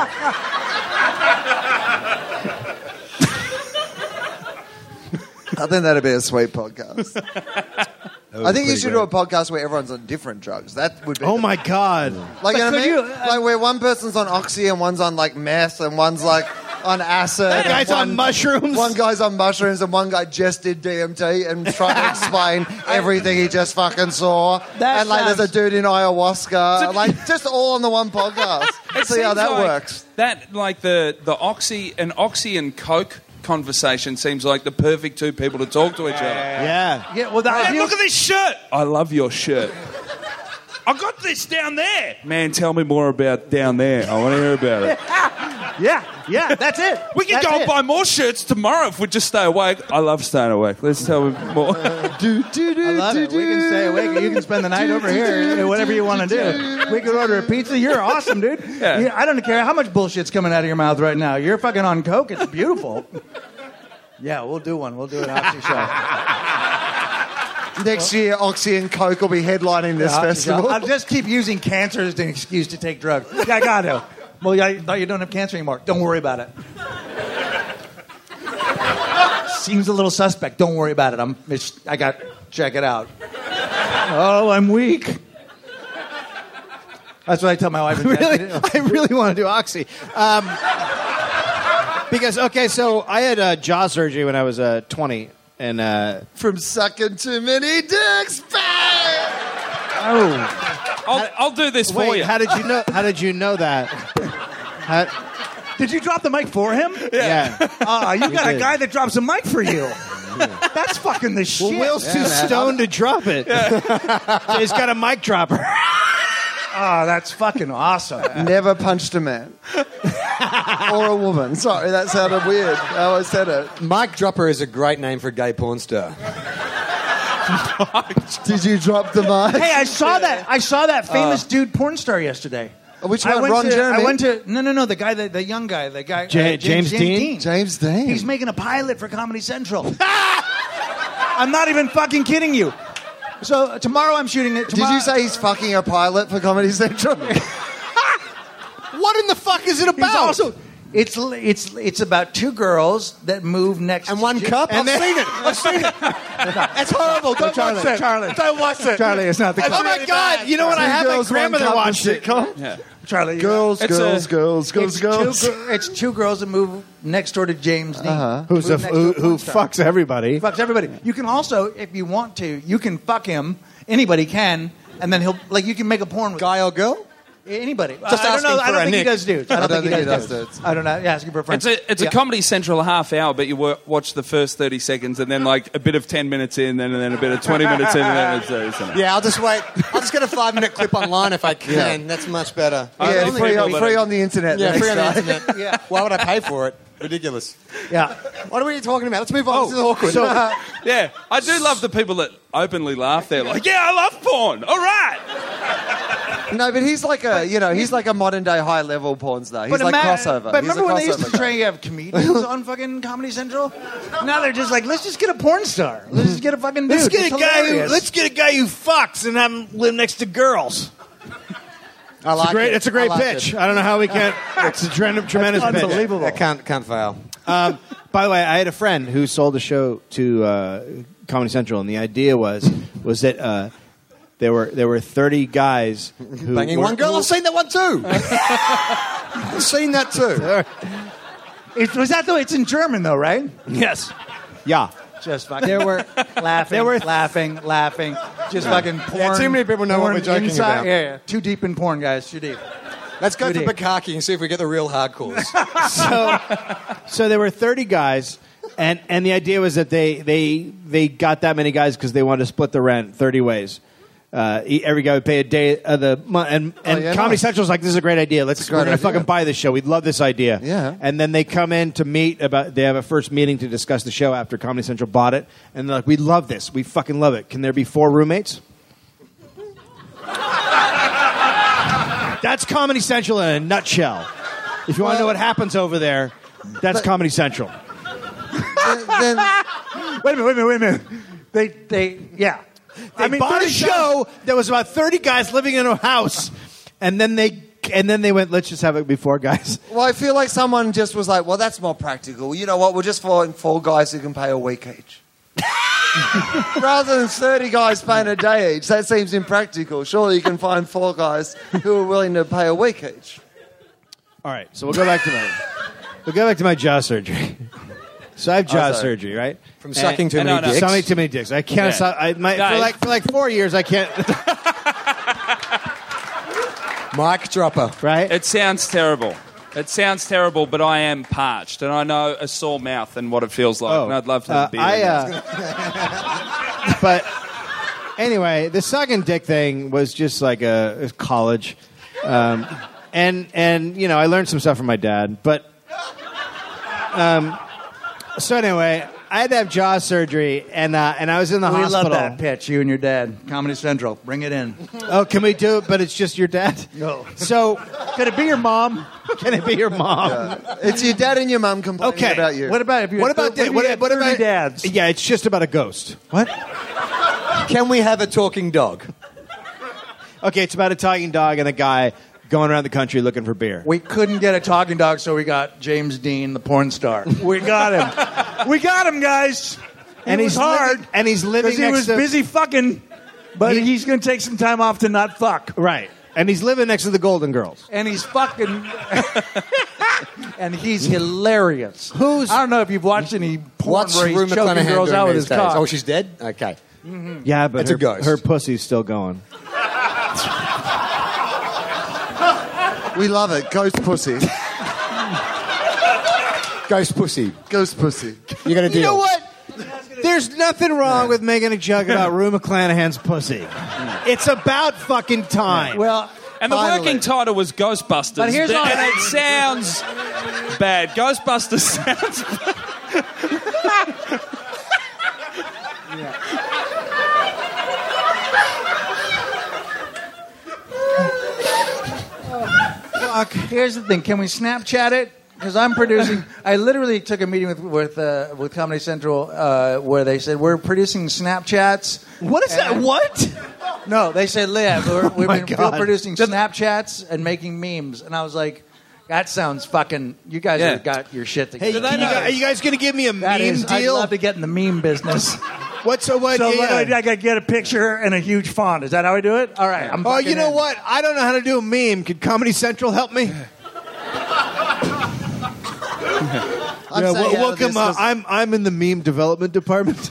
I think that'd be a sweet podcast. I think you should do a podcast where everyone's on different drugs. That would be Oh my god. like, you know what I could mean? uh, like where one person's on oxy and one's on like meth and one's like on acid. That and guy's one- on mushrooms. One guy's on mushrooms and one guy just did DMT and trying to explain everything he just fucking saw. That and like, there's sounds- a dude in ayahuasca. like, just all on the one podcast. It See how seems that like works. That like the the oxy and oxy and coke conversation seems like the perfect two people to talk to each other. Yeah. Yeah, well, that, Man, look at this shirt. I love your shirt. I got this down there. Man, tell me more about down there. I want to hear about it. Yeah, yeah, that's it. We can That's go and it. buy more shirts tomorrow if we just stay awake. I love staying awake. Let's tell him more. I love it. We can stay awake. You can spend the night over here, and whatever you want to do. We can order a pizza. You're awesome, dude. Yeah. You- I don't care how much bullshit's coming out of your mouth right now. You're fucking on coke. It's beautiful. Yeah, we'll do one. We'll do an Oxy show. Next year, Oxy and Coke will be headlining this Oxy festival. show. I'll just keep using cancer as an excuse to take drugs. Yeah, I got to. Well, yeah, I thought you don't have cancer anymore. Don't worry about it. Seems a little suspect. Don't worry about it. I'm. It's, I got. Check it out. Oh, I'm weak. That's what I tell my wife. and dad. really, I really want to do oxy. Um, because okay, so I had uh, jaw surgery when I was uh, 20, and uh, From sucking too many dicks, bang! oh, I'll, I'll do this for wait, you. how did you know? How did you know that? How, Did you drop the mic for him? yeah. Ah, you got a did. guy that drops a mic for you. That's fucking the shit. Well, Will's too stoned to drop it. So he's got a mic dropper. Ah, that's fucking awesome. Never punched a man or a woman. Sorry, that sounded weird. How I said it. Mike Dropper is a great name for a gay porn star. Did you drop the mic? Hey, I saw that. I saw that famous dude porn star yesterday. Which I one? went Ron to, Jeremy? I went to no, no, no. The guy, the, the young guy, the guy, uh, Ja- James Dean? James Dean. He's making a pilot for Comedy Central. I'm not even fucking kidding you. So uh, tomorrow I'm shooting it. Did Tomorrow, you say he's fucking a pilot for Comedy Central? What in the fuck is it He's about? also. It's l- it's it's about two girls that move next And one cup? I've seen it. I've seen it. That's horrible. Don't Charlie, watch it. Charlie. Don't watch it. Charlie, it's not the Oh my God. You know what? I had my grandmother watch it. Charlie. Girls, It's girls, a- girls, It's girls, two, girls. gir- it's two girls that move next door to James Dean. Who's a, Move next who, door to who porn star. fucks everybody? fucks everybody. You can also, if you want to, you can fuck him. Anybody can, and then he'll like you can make a porn with Guy or girl? anybody. Just I don't know. asking I for don't a think he nick. does dudes. I don't, think, he does, dudes. I don't know. Yeah, asking for a friend. It's a, it's Yeah. a Comedy Central half hour, but you wa- watch the first 30 seconds and then like a bit of 10 minutes in, and then a bit of 20 minutes in, and then it's 30 seconds. Yeah, I'll just wait. I'll just get a five minute clip online if I can. That's much better. Yeah, only free, people on, that- free on the internet. Yeah, next free on the time. internet. yeah. Why would I pay for it? Ridiculous. yeah. What are we talking about? Let's move on. Oh, this is awkward. Yeah, I do love the people that openly laugh. They're like, "Yeah, I love porn. All right." No, but he's like a you know he's like a modern day high level porn star. He's like ima- crossover. But He's a remember when they used crossover to guy. try to have comedians on fucking Comedy Central? Now they're just like, let's just get a porn star. Let's just get a fucking dude. let's get It's a guy. Who, hilarious. let's get a guy who fucks and have him live next to girls. I like It's a great. it. It's a great I like pitch. I don't know how we can't. It's a tremendous, tremendous pitch. It. That can't, can't fail. Um, by the way, I had a friend who sold a show to uh, Comedy Central, and the idea was was that uh, there were there were thirty guys who Banging were- one girl. I've seen that one too. I've seen that too. It- was that though? It's in German though, right? Yes. Yeah. Just fucking. There were laughing, There were- laughing, laughing. Just fucking porn. too many people know what porn we're joking inside- about. Yeah, yeah. Too deep in porn, guys. Too deep. Let's go Good for evening. Bukaki and see if we get the real hardcores. So so there were thirty guys. And and the idea was that they they they got that many guys because they wanted to split the rent thirty ways. Uh, e- every guy would pay a day of the month, and, and Oh, yeah, Comedy nice. Central's like, "This is a great idea. Let's great we're gonna idea. fucking buy this show. We love this idea." Yeah. And then they come in to meet about. They have a first meeting to discuss the show after Comedy Central bought it, and they're like, "We love this. We fucking love it. Can there be four roommates?" That's Comedy Central in a nutshell. If you want to know what happens over there, that's Comedy Central. Then- Wait a minute, wait a minute, wait a minute. They, they, yeah. They bought a 30,000 show that was about thirty guys living in a house, and then they and then they went, "Let's just have it before, guys." well, I feel like someone just was like, well, that's more practical. You know what? We'll just find four guys who can pay a week each. Rather than 30 guys paying a day each, that seems impractical. Surely you can find four guys who are willing to pay a week each. All right, so we'll go back to my we'll go back to my jaw surgery. So I have jaw sorry. surgery, right? From sucking too and many no, no. dicks. Sucking too many Oh, dicks. I can't. Yeah. Stop, I, my, Guys. for like for like four years, I can't. Mike Dropper. Right? It sounds terrible. It sounds terrible, but I am parched, and I know a sore mouth and what it feels like. Oh. And I'd love to have Uh, a beer. I, in it. uh, but anyway, the sucking dick thing was just like a it was college. Um, and and you know, I learned some stuff from my dad, but um, so anyway, I had to have jaw surgery, and uh, and I was in the We hospital. love that pitch, you and your dad. Comedy Central, bring it in. Oh, can we do it? But it's just your dad. No. So Could it be your mom? can it be your mom? It's your dad and your mum complaining Okay. about you. What about if you? What about what, that? What, what about dads? Yeah, it's just about a ghost. What? Can we have a talking dog? Okay, it's about a talking dog and a guy going around the country looking for beer. We couldn't get a talking dog, so we got James Dean, the porn star. We got him. we got him, guys. and it he's was hard. living- and he's living Because he next was to busy fucking, but He- he's going to take some time off to not fuck. right. And he's living next to the Golden Girls. and he's fucking and he's hilarious. Who's I don't know if you've watched any porn What's where he's Rue choking McClanahan girls doing out with these his days? cock. Oh, she's dead. Okay. Yeah, but It's her, a ghost. her pussy's still going. We love it. Ghost pussy. Ghost pussy. Ghost pussy. You're gonna deal. You know what? There's nothing wrong with making a joke about Rue McClanahan's pussy. It's about fucking time. Uh, well, And the Finally. working title was Ghostbusters. But here's Th- my- and it sounds bad. Ghostbusters sounds. fuck. Here's the thing. Can we Snapchat it? Because I'm producing. I literally took a meeting with with uh, with Comedy Central uh, where they said we're producing Snapchats. what is that? And- What? Oh No, they said, "Liv, we're, we've my been God. producing Snapchats and making memes," and I was like, "That sounds fucking. You guys Yeah. have got your shit Hey, together." you guys, are you guys going to give me a That meme is- I'd deal? love to get in the meme business. What's a what? So yeah. what do I, do? I got to get a picture and a huge font. Is that how I do it? All right, I'm Oh, fucking you know in. what? I don't know how to do a meme. Could Comedy Central help me? I'm Yeah, saying wel- out of welcome. this Uh, was- I'm I'm in the meme development department.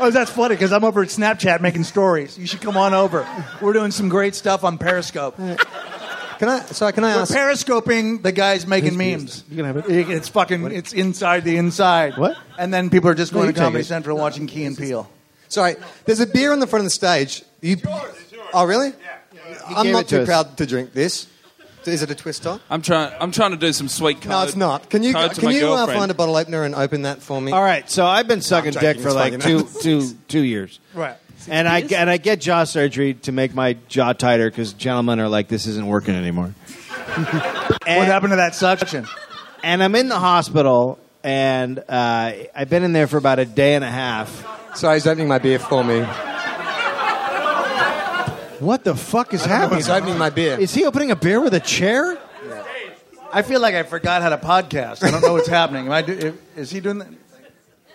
Oh, that's funny because I'm over at Snapchat making stories. You should come on over. We're doing some great stuff on Periscope. We're Can I? So can I ask? periscoping the guys making memes. You can have it. It's fucking. It's inside the inside. What? And then people are just No, going you to take Comedy it. Central watching Key and Peele. Sorry, there's a beer on the front of the stage. You, Oh, really? I'm gave not it to too us. proud to drink this. Is it a twist on? I'm trying. I'm trying to do some sweet code. No, it's not. Can you code to can my you uh, girlfriend. find a bottle opener and open that for me? All right, so I've been sucking I'm dick joking, for it's like fine, you two know. two two years, Right. and I and I get jaw surgery to make my jaw tighter because gentlemen are like, this isn't working anymore. What and, happened to that suction? and I'm in the hospital, and uh, I've been in there for about a day and a half. Sorry, he's opening my beer for me. What the fuck is happening? He's opening my beer. Is he opening a beer with a chair? I feel like I forgot how to podcast. I don't know what's happening. Am I do, is he doing that?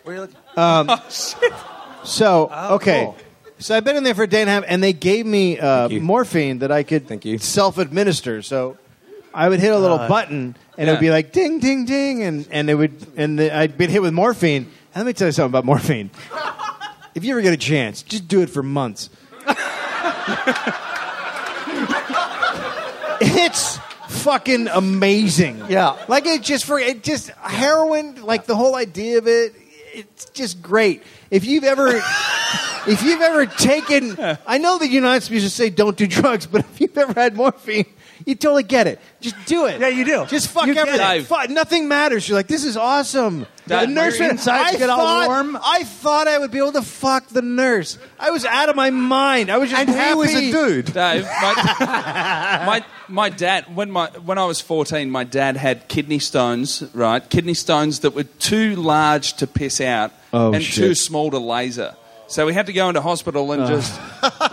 Where you looking? So Oh, okay, cool. so I've been in there for a day and a half, and they gave me uh, you. morphine that I could Thank you. self-administer. So I would hit a little button, and it Yeah. would be like ding, ding, ding, and and it would and the, I'd been hit with morphine. And let me tell you something about morphine. if you ever get a chance, just do it for months. it's fucking amazing. Yeah. Like it just for it just heroin, like the whole idea of it, it's just great. If you've ever if you've ever taken I know that you're not supposed to say don't do drugs, but if you've ever had morphine, you totally get it. Just do it. Yeah, you do. Just fuck You get everything. it. Fuck, nothing matters. You're like, this is awesome. That- the nurse Your insides I get all thought, warm. I thought I would be able to fuck the nurse. I was out of my mind. I was just and he was a happy. dude. Dave, my, my my dad when my when I was fourteen, my dad had kidney stones, right? Kidney stones that were too large to piss out Oh, and shit. too small to laser. So we had to go into hospital and just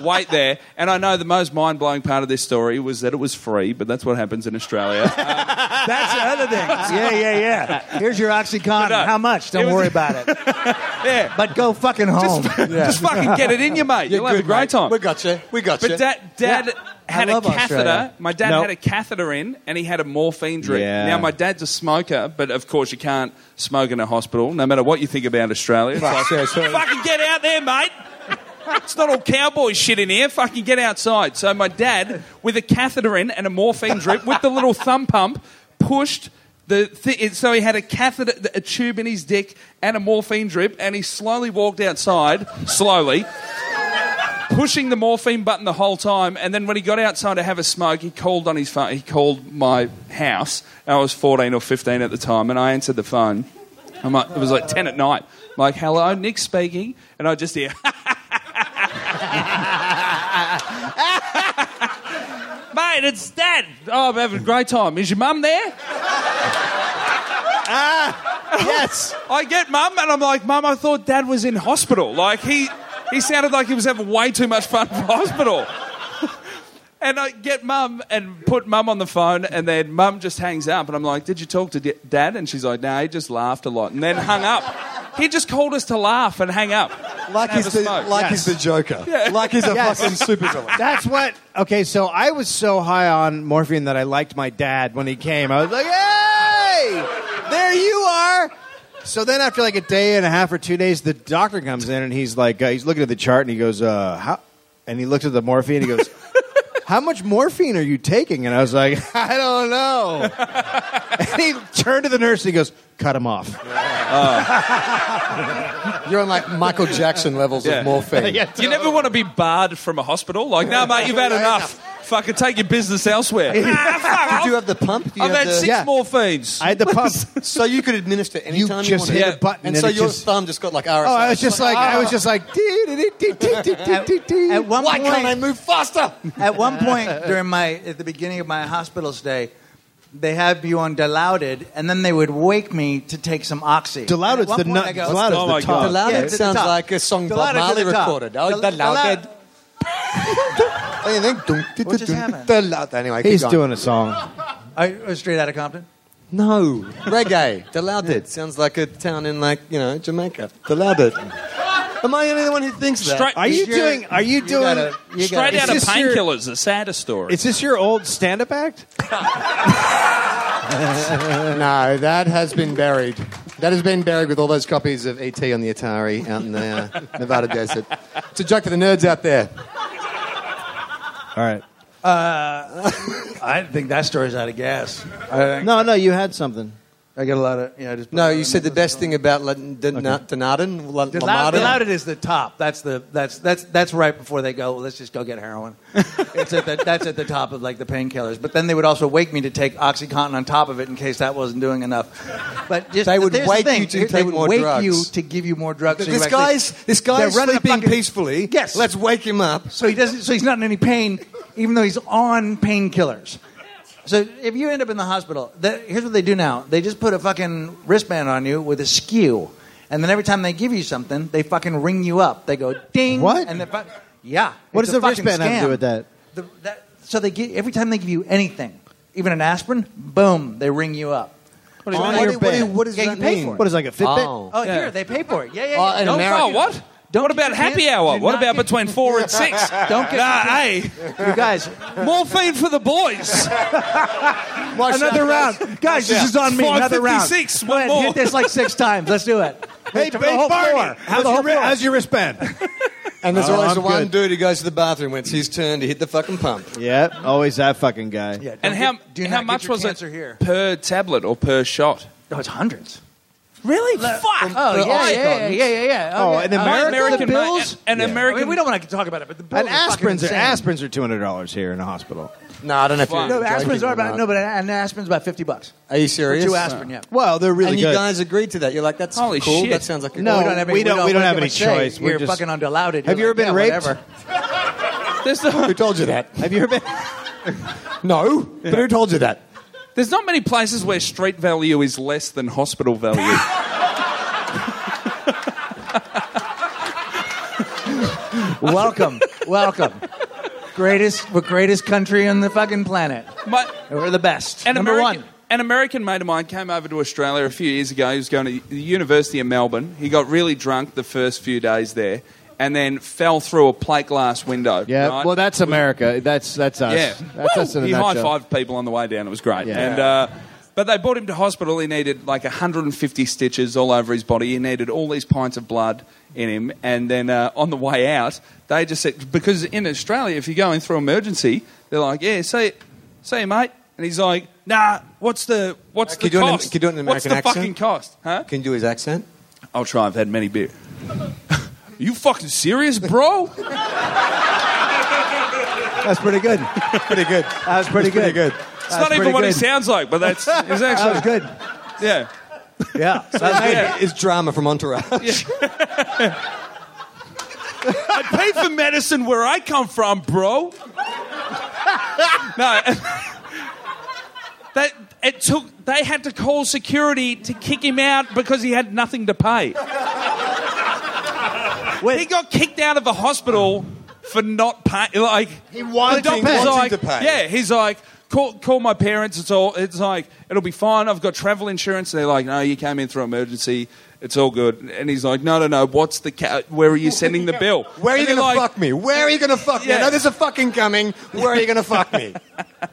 wait there. And I know the most mind blowing part of this story was that it was free, but that's what happens in Australia. That's the other thing. Yeah, yeah, yeah. Here's your OxyContin. up. How much? Don't It was- worry about it. yeah. But go fucking home. Just fucking get it in you, mate. You'll have a great time. We got you. We got you. But dad, dad had I a love catheter. Australia. My dad Nope. had a catheter in, and he had a morphine drip. Yeah. Now my dad's a smoker, but of course you can't smoke in a hospital, no matter what you think about Australia. It's like, fucking get out there, mate. It's not all cowboy shit in here. Fucking get outside. So my dad, with a catheter in and a morphine drip, with the little thumb pump, pushed the thi- so he had a catheter, a tube in his dick, and a morphine drip, and he slowly walked outside, slowly, pushing the morphine button the whole time. And then when he got outside to have a smoke, he called on his phone. He called my house. I was 14 or 15 at the time, and I answered the phone. I'm like, it was like 10 at night. I'm like, hello, Nick speaking. And I just hear, mate, it's Dad. Oh, I'm having a great time. Is your mum there? yes. I get mum, and I'm like, mum, I thought dad was in hospital. Like, he, he sounded like he was having way too much fun in hospital. and I get mum and put mum on the phone, and then mum just hangs up, and I'm like, did you talk to d- dad? And she's like, nah, he just laughed a lot, and then hung up. He just called us to laugh and hang up. Like Have he's a the smoke. like he's the Joker. Like he's a fucking supervillain. That's what. Okay, so I was so high on morphine that I liked my dad when he came. I was like, "Hey, there you are." So then, after like a day and a half or two days, the doctor comes in and he's like, uh, he's looking at the chart and he goes, uh, "How?" And he looks at the morphine and he goes, "How much morphine are you taking?" And I was like, "I don't know." and he turned to the nurse and he goes, "Cut him off." You're on like Michael Jackson levels Yeah. of morphine. You never want to be barred from a hospital. Like, no, mate, you've had enough. Fucking take your business elsewhere. Ah, fuck Did off. you have the pump? Do you I've have had the- six yeah. morphines. I had the pump. So you could administer any You time you just wanted. hit Yeah. a button, And, and so it your just- thumb just got like Oh, RSI. I was just like, I was just like, At one why point, can't I move faster? at one point during my at the beginning of my hospital stay, they have you on Dilaudid, and then they would wake me to take some oxy. And at Dilaudid's one the point nut. I go, Dilaudid's Oh my the top. God. Yeah, Dilaudid it's at the sounds top. like a song Bob Dilaudid's at Marley the top. recorded. Oh, Dil- Dilaudid. What do you think? Dun, dun, What just dun, happened? Dilaudid. Anyway, keep He's going. doing a song. Are you straight out of Compton? No, reggae. Dilaudid sounds like a town in like you know Jamaica. Dilaudid. Am I the only one who thinks that? Straight- Are you Is your- doing? Are you doing? gotta- you Straight gotta- out of Is this your- painkillers, the saddest story. is this your old stand-up act? No, that has been buried. That has been buried with all those copies of ET on the Atari out in the uh, Nevada desert. It's a joke for the nerds out there. All right. Uh, I think that story's out of gas. I, No, no, you had something. I get a lot of yeah. I just No, you said the best thing about Lon- Don- Dunedin, Lon- Dilaudid, Lombardo. Dilaudid is the top. That's the that's that's that's right before they go. let's just go get heroin. it's at the, that's at the top of like the painkillers. But then they would also wake me to take OxyContin on top of it in case that wasn't doing enough. But just, They would here's the wake thing. you to Here- they take would more wake drugs. you to give you more drugs. so you This actually- guy's this They're guy's running a sleeping fucking- peacefully. Yes. let's wake him up. so he doesn't so he's not in any pain even though he's on painkillers so if you end up in the hospital the, here's what they do now they just put a fucking wristband on you with a skew and then every time they give you something they fucking ring you up they go ding What? and they fu- yeah What it's does a the fucking wristband have to do scam. with that? the, that so they get every time they give you anything even an aspirin boom they ring you up On What your do- what do- bed. what does Yeah, you that pay mean? for it. What is it, like a Fitbit? Oh. oh Yeah. here they pay for it yeah yeah, yeah. Oh, in Don't- America- Oh, what? Uh, Don't what get about your happy hands- hour? do What not about get- between four and six? Don't get- Nah, hey, you guys morphine for the boys. Another round. Guys, this is on me. Another round. 556, Go one ahead, more. Hit this like six times. Let's do it. Hey, The Big whole floor. Barney, The how's whole your, wri- floor. how's your wristband? And there's Oh, always I'm the one good. dude who goes to the bathroom when it's his turn to hit the fucking pump. yeah, always that fucking guy. Yeah, don't and how, get- do and not how get much your was it cancer here? per tablet or per shot? No, it's hundreds. Really? Fuck. Oh, yeah, yeah, yeah, yeah, yeah, yeah. Uh, Oh, yeah. in America, American the money- bills. An I American. mean, we don't want to talk about it, but the bills And are fucking aspirins are insane. aspirins are two hundred dollars here in a hospital. No, I don't know if you're Fuck. No, joking aspirins or are about not. no, but an aspirin's about fifty bucks. Are you serious? Two aspirin, yeah. Well, they're really and you good. guys agreed to that. You're like, that's Holy cool. shit. That sounds like a No, cool. we don't- we don't have any choice. We're We're just- fucking under allowed it. Have you You're ever been like, yeah, raped? whatever. There's not, Who told you that? Have you ever been? No, but who told you that? there's not many places where street value is less than hospital value. Welcome, welcome. Greatest, we're greatest country on the fucking planet. My, We're the best. an Number American, one. An American mate of mine came over to Australia a few years ago. He was going to the University of Melbourne. He got really drunk the first few days there, and then fell through a plate glass window. Yeah. right? Well, that's America. That's that's us. yeah. That's us in a he high nutshell. fived people on the way down. It was great. Yeah. And uh, but they brought him to hospital. He needed like 150 stitches all over his body. He needed all these pints of blood in him. And then uh, on the way out, they just said because in Australia, if you're going through emergency, they're like, yeah, see, see, you, mate. And he's like, nah, what's the what's Uh, can the you do an- cost? can you do an what's the American accent? fucking cost? Huh? Can you do his accent? I'll try. I've had many beer. you fucking serious, bro? That's pretty good. pretty good. That was pretty, That's pretty good. It's not even what he sounds like, but that's he's That was actually good. yeah. Yeah. That is drama from Entourage. I pay for medicine where I come from, bro. no, that it took. They had to call security to kick him out because he had nothing to pay. He got kicked out of the hospital for not paying. Like he wanted the to doctor's pay. like, Wanted to pay. yeah, he's like. Call, call my parents. It's all. It's like it'll be fine. I've got travel insurance. They're like, no, you came in through emergency. It's all good. And he's like, no, no, no. What's the ca- Where are you sending the bill? Where are you And they're like, going to fuck me? Where are you going to fuck me? I Yeah. know there's a fucking coming. Where are you going to fuck me?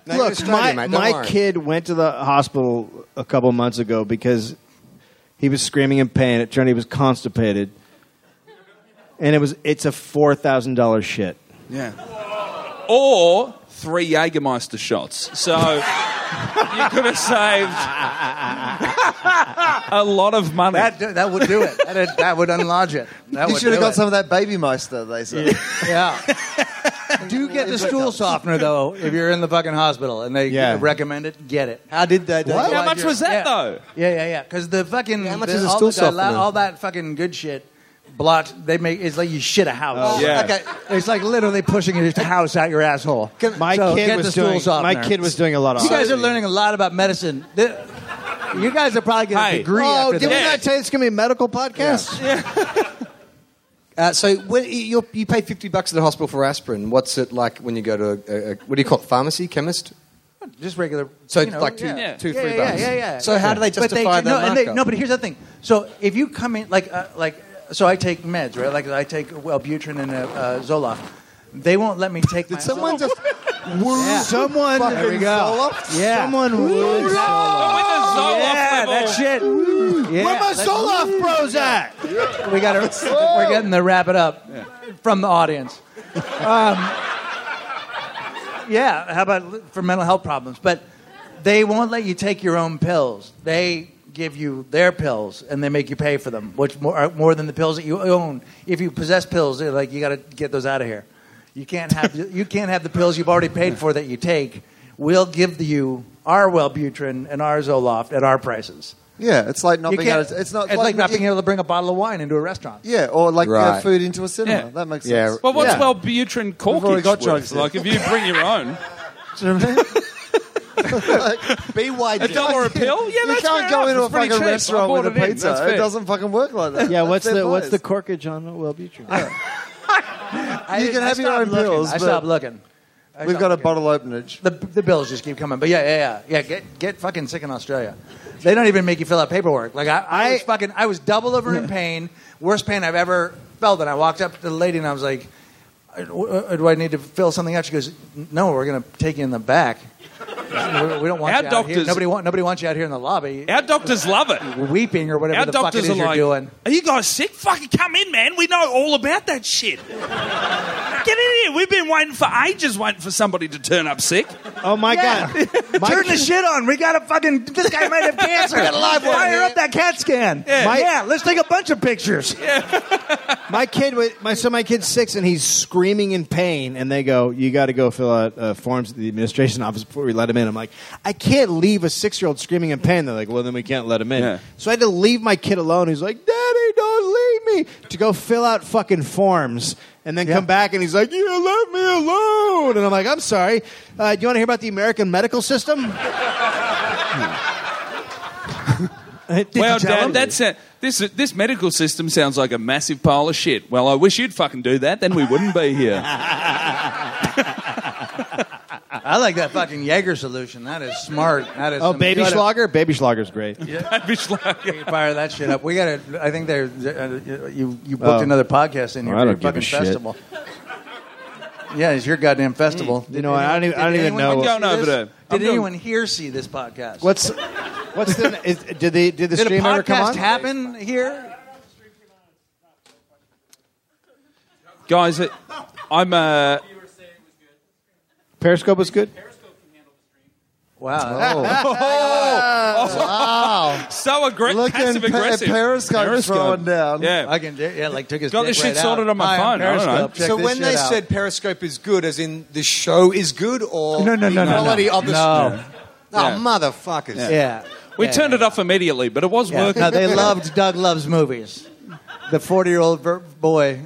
No, you're Look, my, Australian, mate, don't my worry. kid went to the hospital a couple months ago because he was screaming in pain. It turned out he was constipated, and it was it's a four thousand dollars shit. or three Jägermeister shots. So you could have saved a lot of money. That, that would do it. That, that would unlodge it. That You would should have do got it. some of that baby meister, they said. Yeah. Do get the stool softener though if you're in the fucking hospital and they Yeah. recommend it. Get it. How did they do What? How much was that Yeah. though? Yeah, yeah, yeah. Because the fucking How much the- is a all stool the dila- softener? All that fucking good shit. Blot. They make it's like you shit a house. Oh, yeah. Okay. It's like literally pushing your house out your asshole. My So kid get the was stool doing my softener. kid was doing a lot of. You guys are learning a lot about medicine. The- you guys are probably getting Hey. a degree oh, after did this. we not tell you it's going to be a medical podcast? Uh, so when you you pay 50 bucks at the hospital for aspirin. What's it like when you go to a, a, a what do you call it, pharmacy, chemist? Just regular. So you know, like two, yeah. two, Yeah, three yeah, bucks. Yeah, yeah, yeah. So how do they But justify no, that and they- markup? no, but here's the thing. So if you come in, like, uh, like, so I take meds, right? Like, I take Wellbutrin and uh, uh, Zoloft. They won't let me take. my Did someone just Someone, There we go. Yeah. Someone wooed But with the Zoloft Oh, Yeah, level- that shit. Yeah, Where my that- Zoloft bros at? We got to. We're getting the wrap it up from the audience. Um, yeah. How about for mental health problems? But they won't let you take your own pills. They give you their pills and they make you pay for them, which more are more than the pills that you own. If you possess pills, they're like you got to get those out of here. You can't have you can't have the pills you've already paid for that you take. We'll give you our Wellbutrin and our Zoloft at our prices. Yeah, it's like not You being able can't, to, it's not like, not being you- able to bring a bottle of wine into a restaurant. Yeah, or like uh, Right. food into a cinema. Yeah. That makes Yeah. sense. Well, what's yeah. Wellbutrin already corkage got worth? drugs here. Like if you bring your own, BYD? a dollar a pill? Yeah, you that's can't fair go enough. into a It's pretty fucking cheap. I restaurant with bought a it in. pizza. That's It fair. doesn't fucking work like that. Yeah, what's That's the their what's the price. corkage on Wellbutrin? I, You can I have your stopped own looking. pills, I but- stopped looking. I We've got a stopped bottle openage. looking. The, the bills just keep coming, but yeah, yeah, yeah, yeah. Get get fucking sick in Australia. They don't even make you fill out paperwork. Like I, I, was fucking, I was double over in pain, worst pain I've ever felt. And I walked up to the lady and I was like, "Uh, uh, "Do I need to fill something out?" She goes, "No, we're gonna take you in the back. We, we don't want you Our out here. doctors- Nobody want nobody wants you out here in the lobby, Our doctors love it. weeping or whatever Our the fuck it doctors is are you're like, doing." are you guys sick? Fucking come in, man. We know all about that shit. Get in here. We've been waiting for ages, waiting for somebody to turn up sick. Oh my god! My Turn the shit on. We got a fucking. This guy might have cancer. got a live one. Fire up that CAT scan. Yeah. My- let's take a bunch of pictures. My kid, was, my so my kid's six, and he's screaming in pain. And they go, "You got to go fill out uh, forms at the administration office before we let him in." I'm like, "I can't leave a six year old screaming in pain." They're like, "Well, then we can't let him in." Yeah. So I had to leave my kid alone. He's like, "Daddy, don't leave me!" To go fill out fucking forms, and then come back, and he's like, "You let me alone!" And I'm like, "I'm sorry. Uh, do you want to hear about the American medical system?" well, Dad, that's a, this. This medical system sounds like a massive pile of shit. Well, I wish you'd fucking do that. Then we wouldn't be here. I like that fucking Jaeger solution. That is smart. That is. Oh, some- baby you gotta- Schlager. Baby Schlager's great. Bitch, like- you Fire that shit up. We gotta. I think they're. Uh, you you booked Oh. another podcast in here Well, I for your don't give fucking a shit. festival. Yeah, it's your goddamn festival. Did Mm, You know what? I don't even- I did don't even anyone know see what- I'm going over this? there. uh, I'm Did doing- anyone here see this podcast? What's what's the is, did the did the did a stream ever come on? podcast happen here? guys, it, I'm. Uh, Periscope was good. Wow. Wow. So aggressive, Look at passive aggressive. Periscope, throwing down. Yeah. I can, yeah, like took his Got dick this shit right sorted out. on my Hi, I'm phone. I don't know. Periscope. Check so this when shit they out. said Periscope is good, as in the show is good, or No, no, no, the no, no. quality of the No. Oh, Yeah. motherfuckers. yeah, We yeah. turned it off immediately, but it was Yeah. working. No, they loved Doug loves movies. The forty-year-old ver- boy.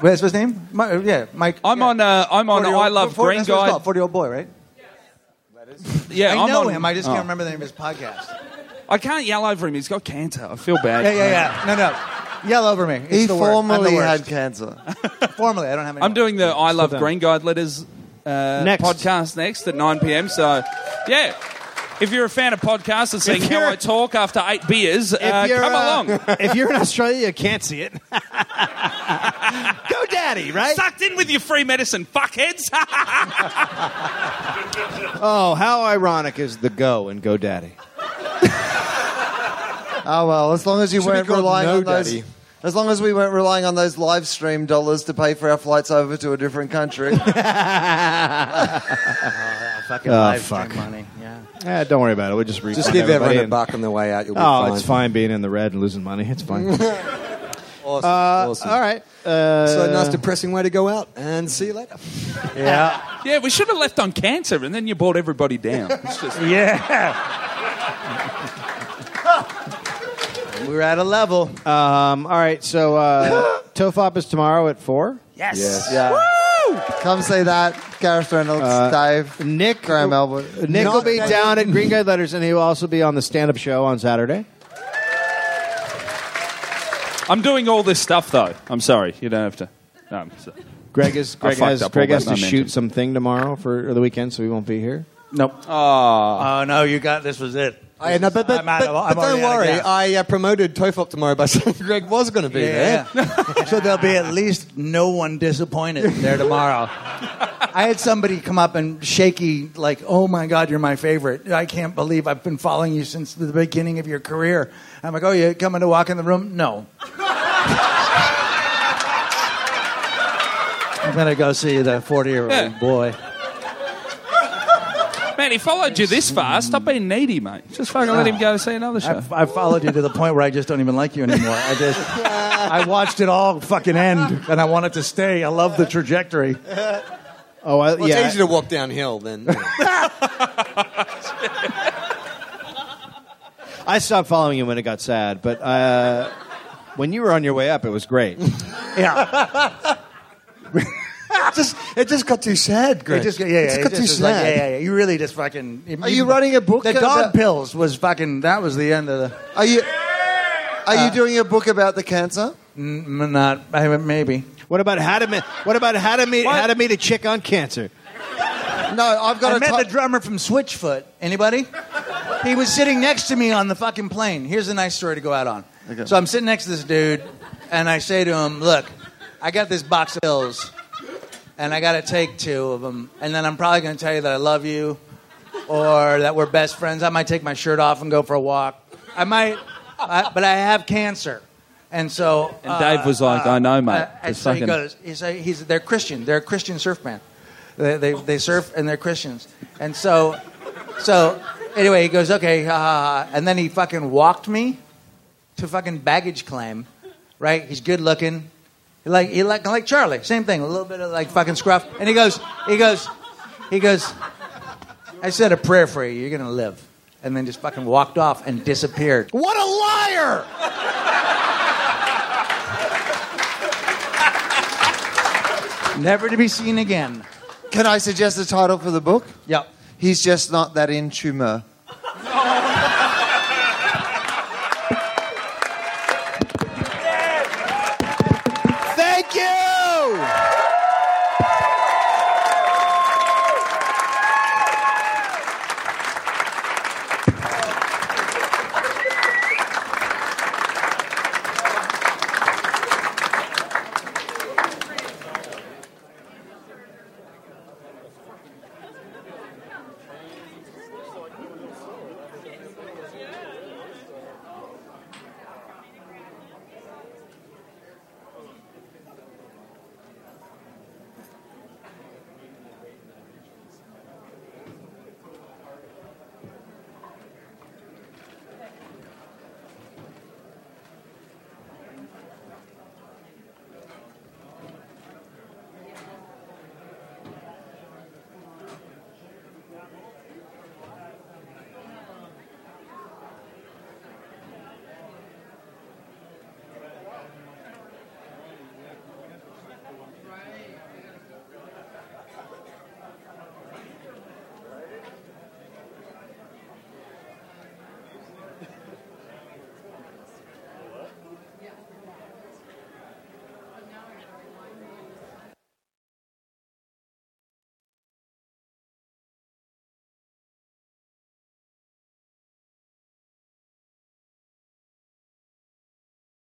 What's his name? Mi- yeah, Mike. I'm yeah. on. Uh, I'm on. I love Green Guy. Forty-year-old boy, right? Yeah, I am know on, him. I just oh. can't remember the name of his podcast. I can't yell over him. He's got cancer. I feel bad. Yeah, yeah, yeah. No, no. Yell over me. It's He the worst. I'm the formerly worst. had cancer. Formerly, I don't have any. I'm doing the I Love down. Green Guide letters uh, Next. podcast next at 9 p.m. So, yeah. If you're a fan of podcasts and seeing how I talk after eight beers, uh, you're, come uh, along. if you're in Australia, you can't see it. Go Daddy, right? Sucked in with your free medicine, fuckheads. Oh, how ironic is the go and Go Daddy? Oh well, as long as you Should be weren't called relying No on those, Daddy. as long as we weren't relying on those live stream dollars to pay for our flights over to a different country. fucking Oh, live fuck. stream money. Yeah. Eh, don't worry about it. We'll just refund Just give everybody everyone a and- buck on the way out. You'll be Oh, fine. it's fine being in the red and losing money. It's fine. uh, Awesome. awesome. All right. Uh, So nice, depressing way to go out. And see you later. Yeah. yeah, we should have left on cancer, and then you brought everybody down. It's just, yeah. We're at a level. um, all right. So uh, Tofop is tomorrow at four. Yes. yeah. Come see that, Gareth Reynolds, Uh, Dave, Nick Graham Elwood. Nick will be Not- down at Green Guide Letters, and he will also be on the stand-up show on Saturday. I'm doing all this stuff, though. I'm sorry. You don't have to. No, I'm so- Greg is Greg fucked has up Greg all has that to momentum. shoot something tomorrow for the weekend, so he won't be here. nope. Oh. Oh no, you got this. Was it? I, no, but but, I'm out but, of- I'm but don't already out of worry. gas. I uh, promoted Tofop tomorrow by saying Greg was going to be there. Yeah. so there'll be at least no one disappointed there tomorrow. I had somebody come up and shaky, like, oh my God, you're my favorite. I can't believe I've been following you since the beginning of your career. I'm like, oh, you coming to walk in the room? No. I'm going to go see the 40 year Yeah. old boy. Man, he followed you this far. Stop being needy, mate. Just fucking let him go see another show. I've, I've followed you to the point where I just don't even like you anymore. I just, I watched it all fucking end and I want it to stay. I love the trajectory. Oh, I, Well, yeah. it's easier to walk downhill than. I stopped following him when it got sad, but uh, when you were on your way up, it was great. Yeah. just, it just got too sad, Greg. It just, yeah, yeah, It's it got just too was like, sad. yeah, yeah, yeah. You really just fucking. Are you running a book The about- dog pills was fucking. That was the end of the. Are you? Are Uh, you doing a book about the cancer? Mm, mm, Not I mean, maybe. What about how to meet? What about how to meet? What? How to meet a chick on cancer? No, I've got I a met ti- the drummer from Switchfoot. Anybody? he was sitting next to me on the fucking plane. Here's a nice story to go out on. So I'm sitting next to this dude, and I say to him, "Look, I got this box of pills, and I got to take two of them, and then I'm probably going to tell you that I love you, or that we're best friends. I might take my shirt off and go for a walk. I might, I, but I have cancer." And so, uh, And Dave was like, "I know, mate." and Just so Uh, he fucking- goes, he's, a, he's, they're Christian. They're a Christian surf band. They, they, they surf and they're Christians. And so, so anyway, he goes, okay, ha, ha, ha. And then he fucking walked me to fucking baggage claim, right? He's good looking. He Like, he like, like Charlie, same thing, a little bit of like fucking scruff. And he goes, he goes, he goes, I said a prayer for you, you're going to live. And then just fucking walked off and disappeared. What a liar! Never to be seen again. Can I suggest a title for the book? Yep. He's just not that in tumor. Thank you.